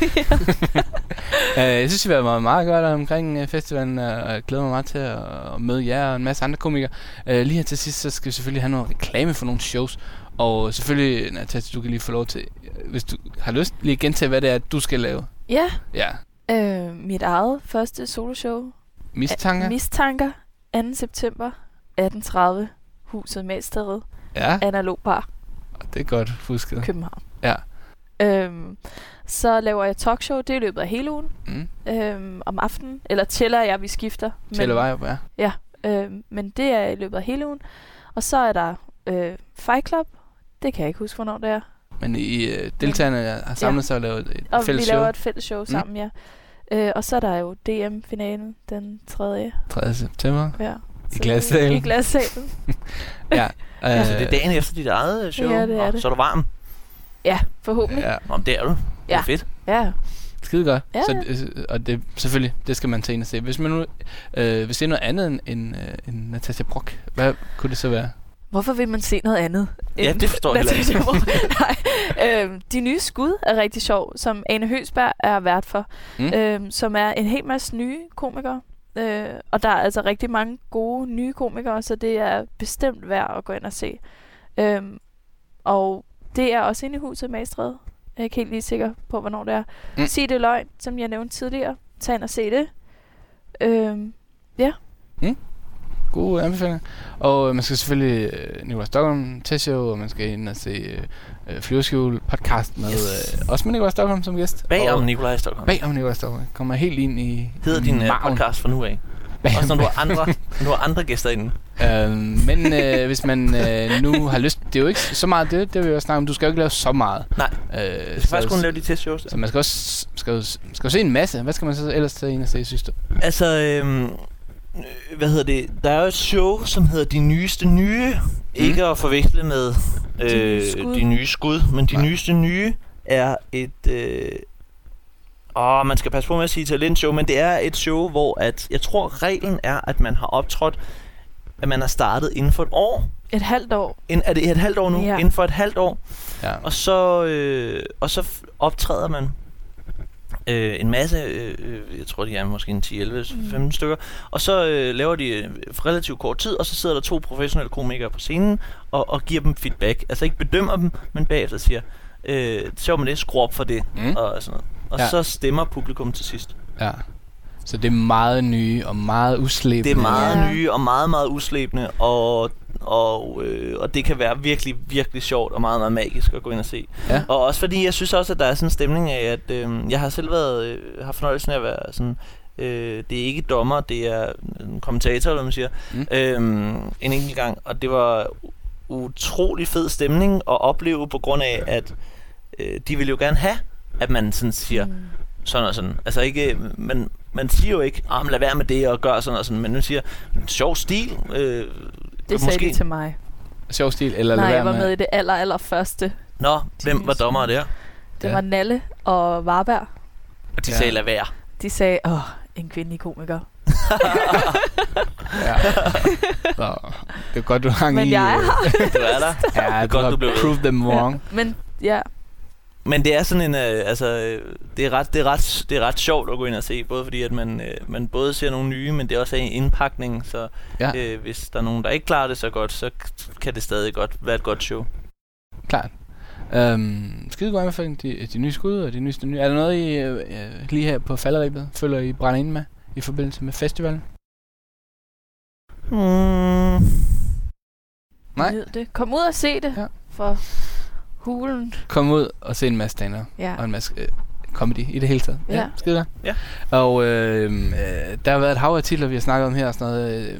[SPEAKER 2] øh, jeg synes, vi har været meget godt omkring øh, festivalen, øh, og jeg glæder mig meget til at, at møde jer og en masse andre komikere. Øh, lige her til sidst, så skal vi selvfølgelig have noget reklame for nogle shows. Og selvfølgelig, Natasha, du kan lige få lov til, øh, hvis du har lyst, lige gentage, hvad det er, du skal lave.
[SPEAKER 3] Ja,
[SPEAKER 2] Ja,
[SPEAKER 3] øh, mit eget første soloshow.
[SPEAKER 2] mistanker.
[SPEAKER 3] Mistanker. 2. september 18.30. Huset Mælstedet.
[SPEAKER 2] Ja,
[SPEAKER 3] Analog Bar.
[SPEAKER 2] det er godt husket.
[SPEAKER 3] København.
[SPEAKER 2] Ja.
[SPEAKER 3] Øhm, så laver jeg talkshow, det er i løbet af hele ugen
[SPEAKER 2] Mm.
[SPEAKER 3] øhm, om aftenen. Eller tæller jeg, vi skifter. Men,
[SPEAKER 2] Tælle vej op, ja.
[SPEAKER 3] øhm, men det er i løbet af hele ugen. Og så er der øh, Fight Club. Det kan jeg ikke huske, hvornår det er.
[SPEAKER 2] Men I, øh, deltagerne har samlet ja. sig og lavet et
[SPEAKER 3] Og
[SPEAKER 2] fælles
[SPEAKER 3] vi laver
[SPEAKER 2] show. Mm.
[SPEAKER 3] et fælles show sammen, ja. Øh, og så er der jo DM-finalen den 3.
[SPEAKER 2] 3. september.
[SPEAKER 3] Ja.
[SPEAKER 2] I
[SPEAKER 3] Så-
[SPEAKER 2] Glassalen.
[SPEAKER 3] I glassalen.
[SPEAKER 2] Øh,
[SPEAKER 4] Ja. Så Altså, det er dagen efter dit eget show.
[SPEAKER 3] Ja, det er
[SPEAKER 4] Nå,
[SPEAKER 3] det.
[SPEAKER 4] Så er du varm.
[SPEAKER 3] Ja, forhåbentlig.
[SPEAKER 2] Ja,
[SPEAKER 4] Nå, men det er du. Det er
[SPEAKER 3] Ja.
[SPEAKER 4] fedt.
[SPEAKER 3] Ja.
[SPEAKER 2] skide godt.
[SPEAKER 3] Ja,
[SPEAKER 2] Så, øh, og det, selvfølgelig, det skal man tage ind og se. Hvis, man nu, øh, hvis det er noget andet end, end, øh, end Natasha Brock, hvad kunne det så være?
[SPEAKER 3] Hvorfor vil man se noget andet?
[SPEAKER 4] Ja,
[SPEAKER 3] end
[SPEAKER 4] det forstår jeg heller
[SPEAKER 3] Natasha Brock? *laughs* Nej. Øhm, de nye skud er rigtig sjov, som Ane Høsberg er vært for,
[SPEAKER 2] Mm.
[SPEAKER 3] mm. øhm, som er en hel masse nye komikere. Øh, og der er altså rigtig mange gode nye komikere, så det er bestemt værd at gå ind og se. Øhm, og det er også inde i huset Magstred. Jeg er ikke helt lige sikker på, hvornår det er.
[SPEAKER 2] Mm.
[SPEAKER 3] Mm. Sig det løgn, som jeg nævnte tidligere. Tag ind og se det. Øhm,
[SPEAKER 2] Gode anbefalinger. Og øh, man skal selvfølgelig øh, Nikolaj Stockholm til show, og man skal ind og se øh, øh, Flyveskjul podcast med
[SPEAKER 4] Yes.
[SPEAKER 2] yes. øh, også med Nikolaj Stockholm som gæst.
[SPEAKER 4] Bagom
[SPEAKER 2] og,
[SPEAKER 4] Nikolaj Stockholm.
[SPEAKER 2] Bagom Nikolaj Stockholm. Kommer helt ind i
[SPEAKER 4] Hedder din uh,
[SPEAKER 2] marven.
[SPEAKER 4] podcast
[SPEAKER 3] *laughs*
[SPEAKER 4] fra nu af.
[SPEAKER 2] Bagom-
[SPEAKER 4] Også når du har andre, når du har andre gæster inde.
[SPEAKER 2] *laughs* Øhm, men øh, hvis man øh, nu har lyst, det er jo ikke så meget det, det vil jeg også snakke om. Du skal jo ikke lave så meget.
[SPEAKER 4] Nej.
[SPEAKER 2] Øh,
[SPEAKER 4] Jeg skal faktisk kun lave de testshows.
[SPEAKER 2] så man skal også skal, jo- skal jo se en masse. Hvad skal man så ellers tage ind og se, synes du?
[SPEAKER 4] Altså, øhm, øh, hvad hedder det? Der er jo et show, som hedder De Nyeste Nye. Ikke at forveksle med øh,
[SPEAKER 3] Mm. De Nye Skud.
[SPEAKER 4] de, nye skud, men De
[SPEAKER 2] Nej.
[SPEAKER 4] Nyeste Nye er et... Øh, åh, man skal passe på med at sige talentshow, men det er et show, hvor at, jeg tror, reglen er, at man har optrådt, at man har startet inden for et år.
[SPEAKER 3] et halvt år.
[SPEAKER 4] Ind, er det et halvt år nu?
[SPEAKER 3] Ja.
[SPEAKER 4] Inden for et halvt år,
[SPEAKER 2] Ja.
[SPEAKER 4] Og så, øh, og så f- optræder man øh, en masse, øh, øh, jeg tror de er måske en 10, 11, 15 stykker, og så øh, laver de øh, for relativt kort tid, og så sidder der to professionelle komikere på scenen og, og giver dem feedback. Altså ikke bedømmer dem, men bagefter siger, øh, sjov med det, skru op for det,
[SPEAKER 2] Mm.
[SPEAKER 4] og sådan noget. Og ja.
[SPEAKER 2] Ja.
[SPEAKER 4] så stemmer publikum til sidst.
[SPEAKER 2] ja. Så det er meget nye og meget uslæbende.
[SPEAKER 4] Det er meget
[SPEAKER 3] Ja.
[SPEAKER 4] nye og meget, meget uslæbende, og, og, øh, og det kan være virkelig, virkelig sjovt og meget, meget magisk at gå ind og se.
[SPEAKER 2] Ja.
[SPEAKER 4] Og også fordi jeg synes også, at der er sådan en stemning af, at øh, jeg har selv været, øh, har fornøjelsen af at være sådan, øh, det er ikke dommer, det er en kommentator, eller hvad man siger, mm.
[SPEAKER 2] Mm.
[SPEAKER 4] øh, en enkelt gang. Og det var u- utrolig fed stemning at opleve på grund af, at øh, de ville jo gerne have, at man sådan siger,
[SPEAKER 3] Mm.
[SPEAKER 4] sådan og sådan. Altså ikke, man, man siger jo ikke, ah, men lad være med det og gør sådan og sådan, men nu siger, sjov stil, øh,
[SPEAKER 3] Det sagde de til mig.
[SPEAKER 2] Sjov stil, eller
[SPEAKER 3] Nej,
[SPEAKER 2] lad
[SPEAKER 3] jeg
[SPEAKER 2] være
[SPEAKER 3] var
[SPEAKER 2] med.
[SPEAKER 3] med i det aller, aller første.
[SPEAKER 4] Nå, hvem
[SPEAKER 3] nye
[SPEAKER 4] var dommer der?
[SPEAKER 3] Det
[SPEAKER 2] Ja.
[SPEAKER 3] ja. var Nalle og Varberg.
[SPEAKER 4] Og de ja.
[SPEAKER 2] Ja.
[SPEAKER 4] sagde, lad være.
[SPEAKER 3] De sagde, åh, en kvindelig komiker.
[SPEAKER 2] Ja. Så, det er godt, du hang
[SPEAKER 3] Men
[SPEAKER 2] i.
[SPEAKER 3] jeg er
[SPEAKER 2] øh,
[SPEAKER 4] Du er der.
[SPEAKER 2] *laughs* ja,
[SPEAKER 4] er
[SPEAKER 2] du
[SPEAKER 4] godt,
[SPEAKER 2] har
[SPEAKER 4] du blev ved.
[SPEAKER 2] proved them wrong.
[SPEAKER 3] Men ja,
[SPEAKER 4] Men det er sådan en, øh, altså, øh, det er, ret, det, er ret, det er ret sjovt at gå ind og se, både fordi, at man, øh, man både ser nogle nye, men det er også en indpakning, så
[SPEAKER 2] Ja.
[SPEAKER 4] ja. øh, hvis der er nogen, der ikke klarer det så godt, så k- kan det stadig godt være et godt show.
[SPEAKER 2] Klart. Øhm, skide god anbefaling, de, de nye skud og de nye, de nye. Er der noget, I øh, øh, lige her på falderibet føler, I brænder ind med i forbindelse med festivalen?
[SPEAKER 4] Mm.
[SPEAKER 2] Nej.
[SPEAKER 3] Nyd det. Kom ud og se det.
[SPEAKER 2] Ja.
[SPEAKER 3] Ja. For hulen.
[SPEAKER 2] Kom ud og se en masse standere
[SPEAKER 3] Ja.
[SPEAKER 2] og en masse øh, comedy i det hele taget.
[SPEAKER 3] Ja.
[SPEAKER 2] skide godt.
[SPEAKER 4] Ja.
[SPEAKER 2] Og øh, øh, der har været et hav af titler, vi har snakket om her og sådan noget. Øh,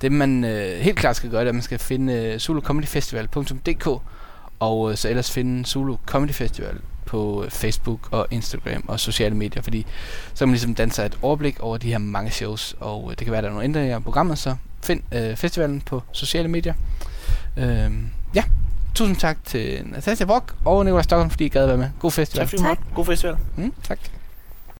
[SPEAKER 2] Det, man øh, helt klart skal gøre, det er, at man skal finde øh, solocomedyfestival.dk og øh, så ellers finde Zulu Comedy Festival på øh, Facebook og Instagram og sociale medier, fordi så kan man ligesom danne sig et overblik over de her mange shows, og øh, det kan være, der er nogle ændringer i programmet, så find øh, festivalen på sociale medier. Øh, ja, tusind tak til Natasha Brock og Nicolai Stockholm, fordi I gad være med. God festival.
[SPEAKER 4] Tak fordi du måtte. God festival.
[SPEAKER 2] Mm, tak.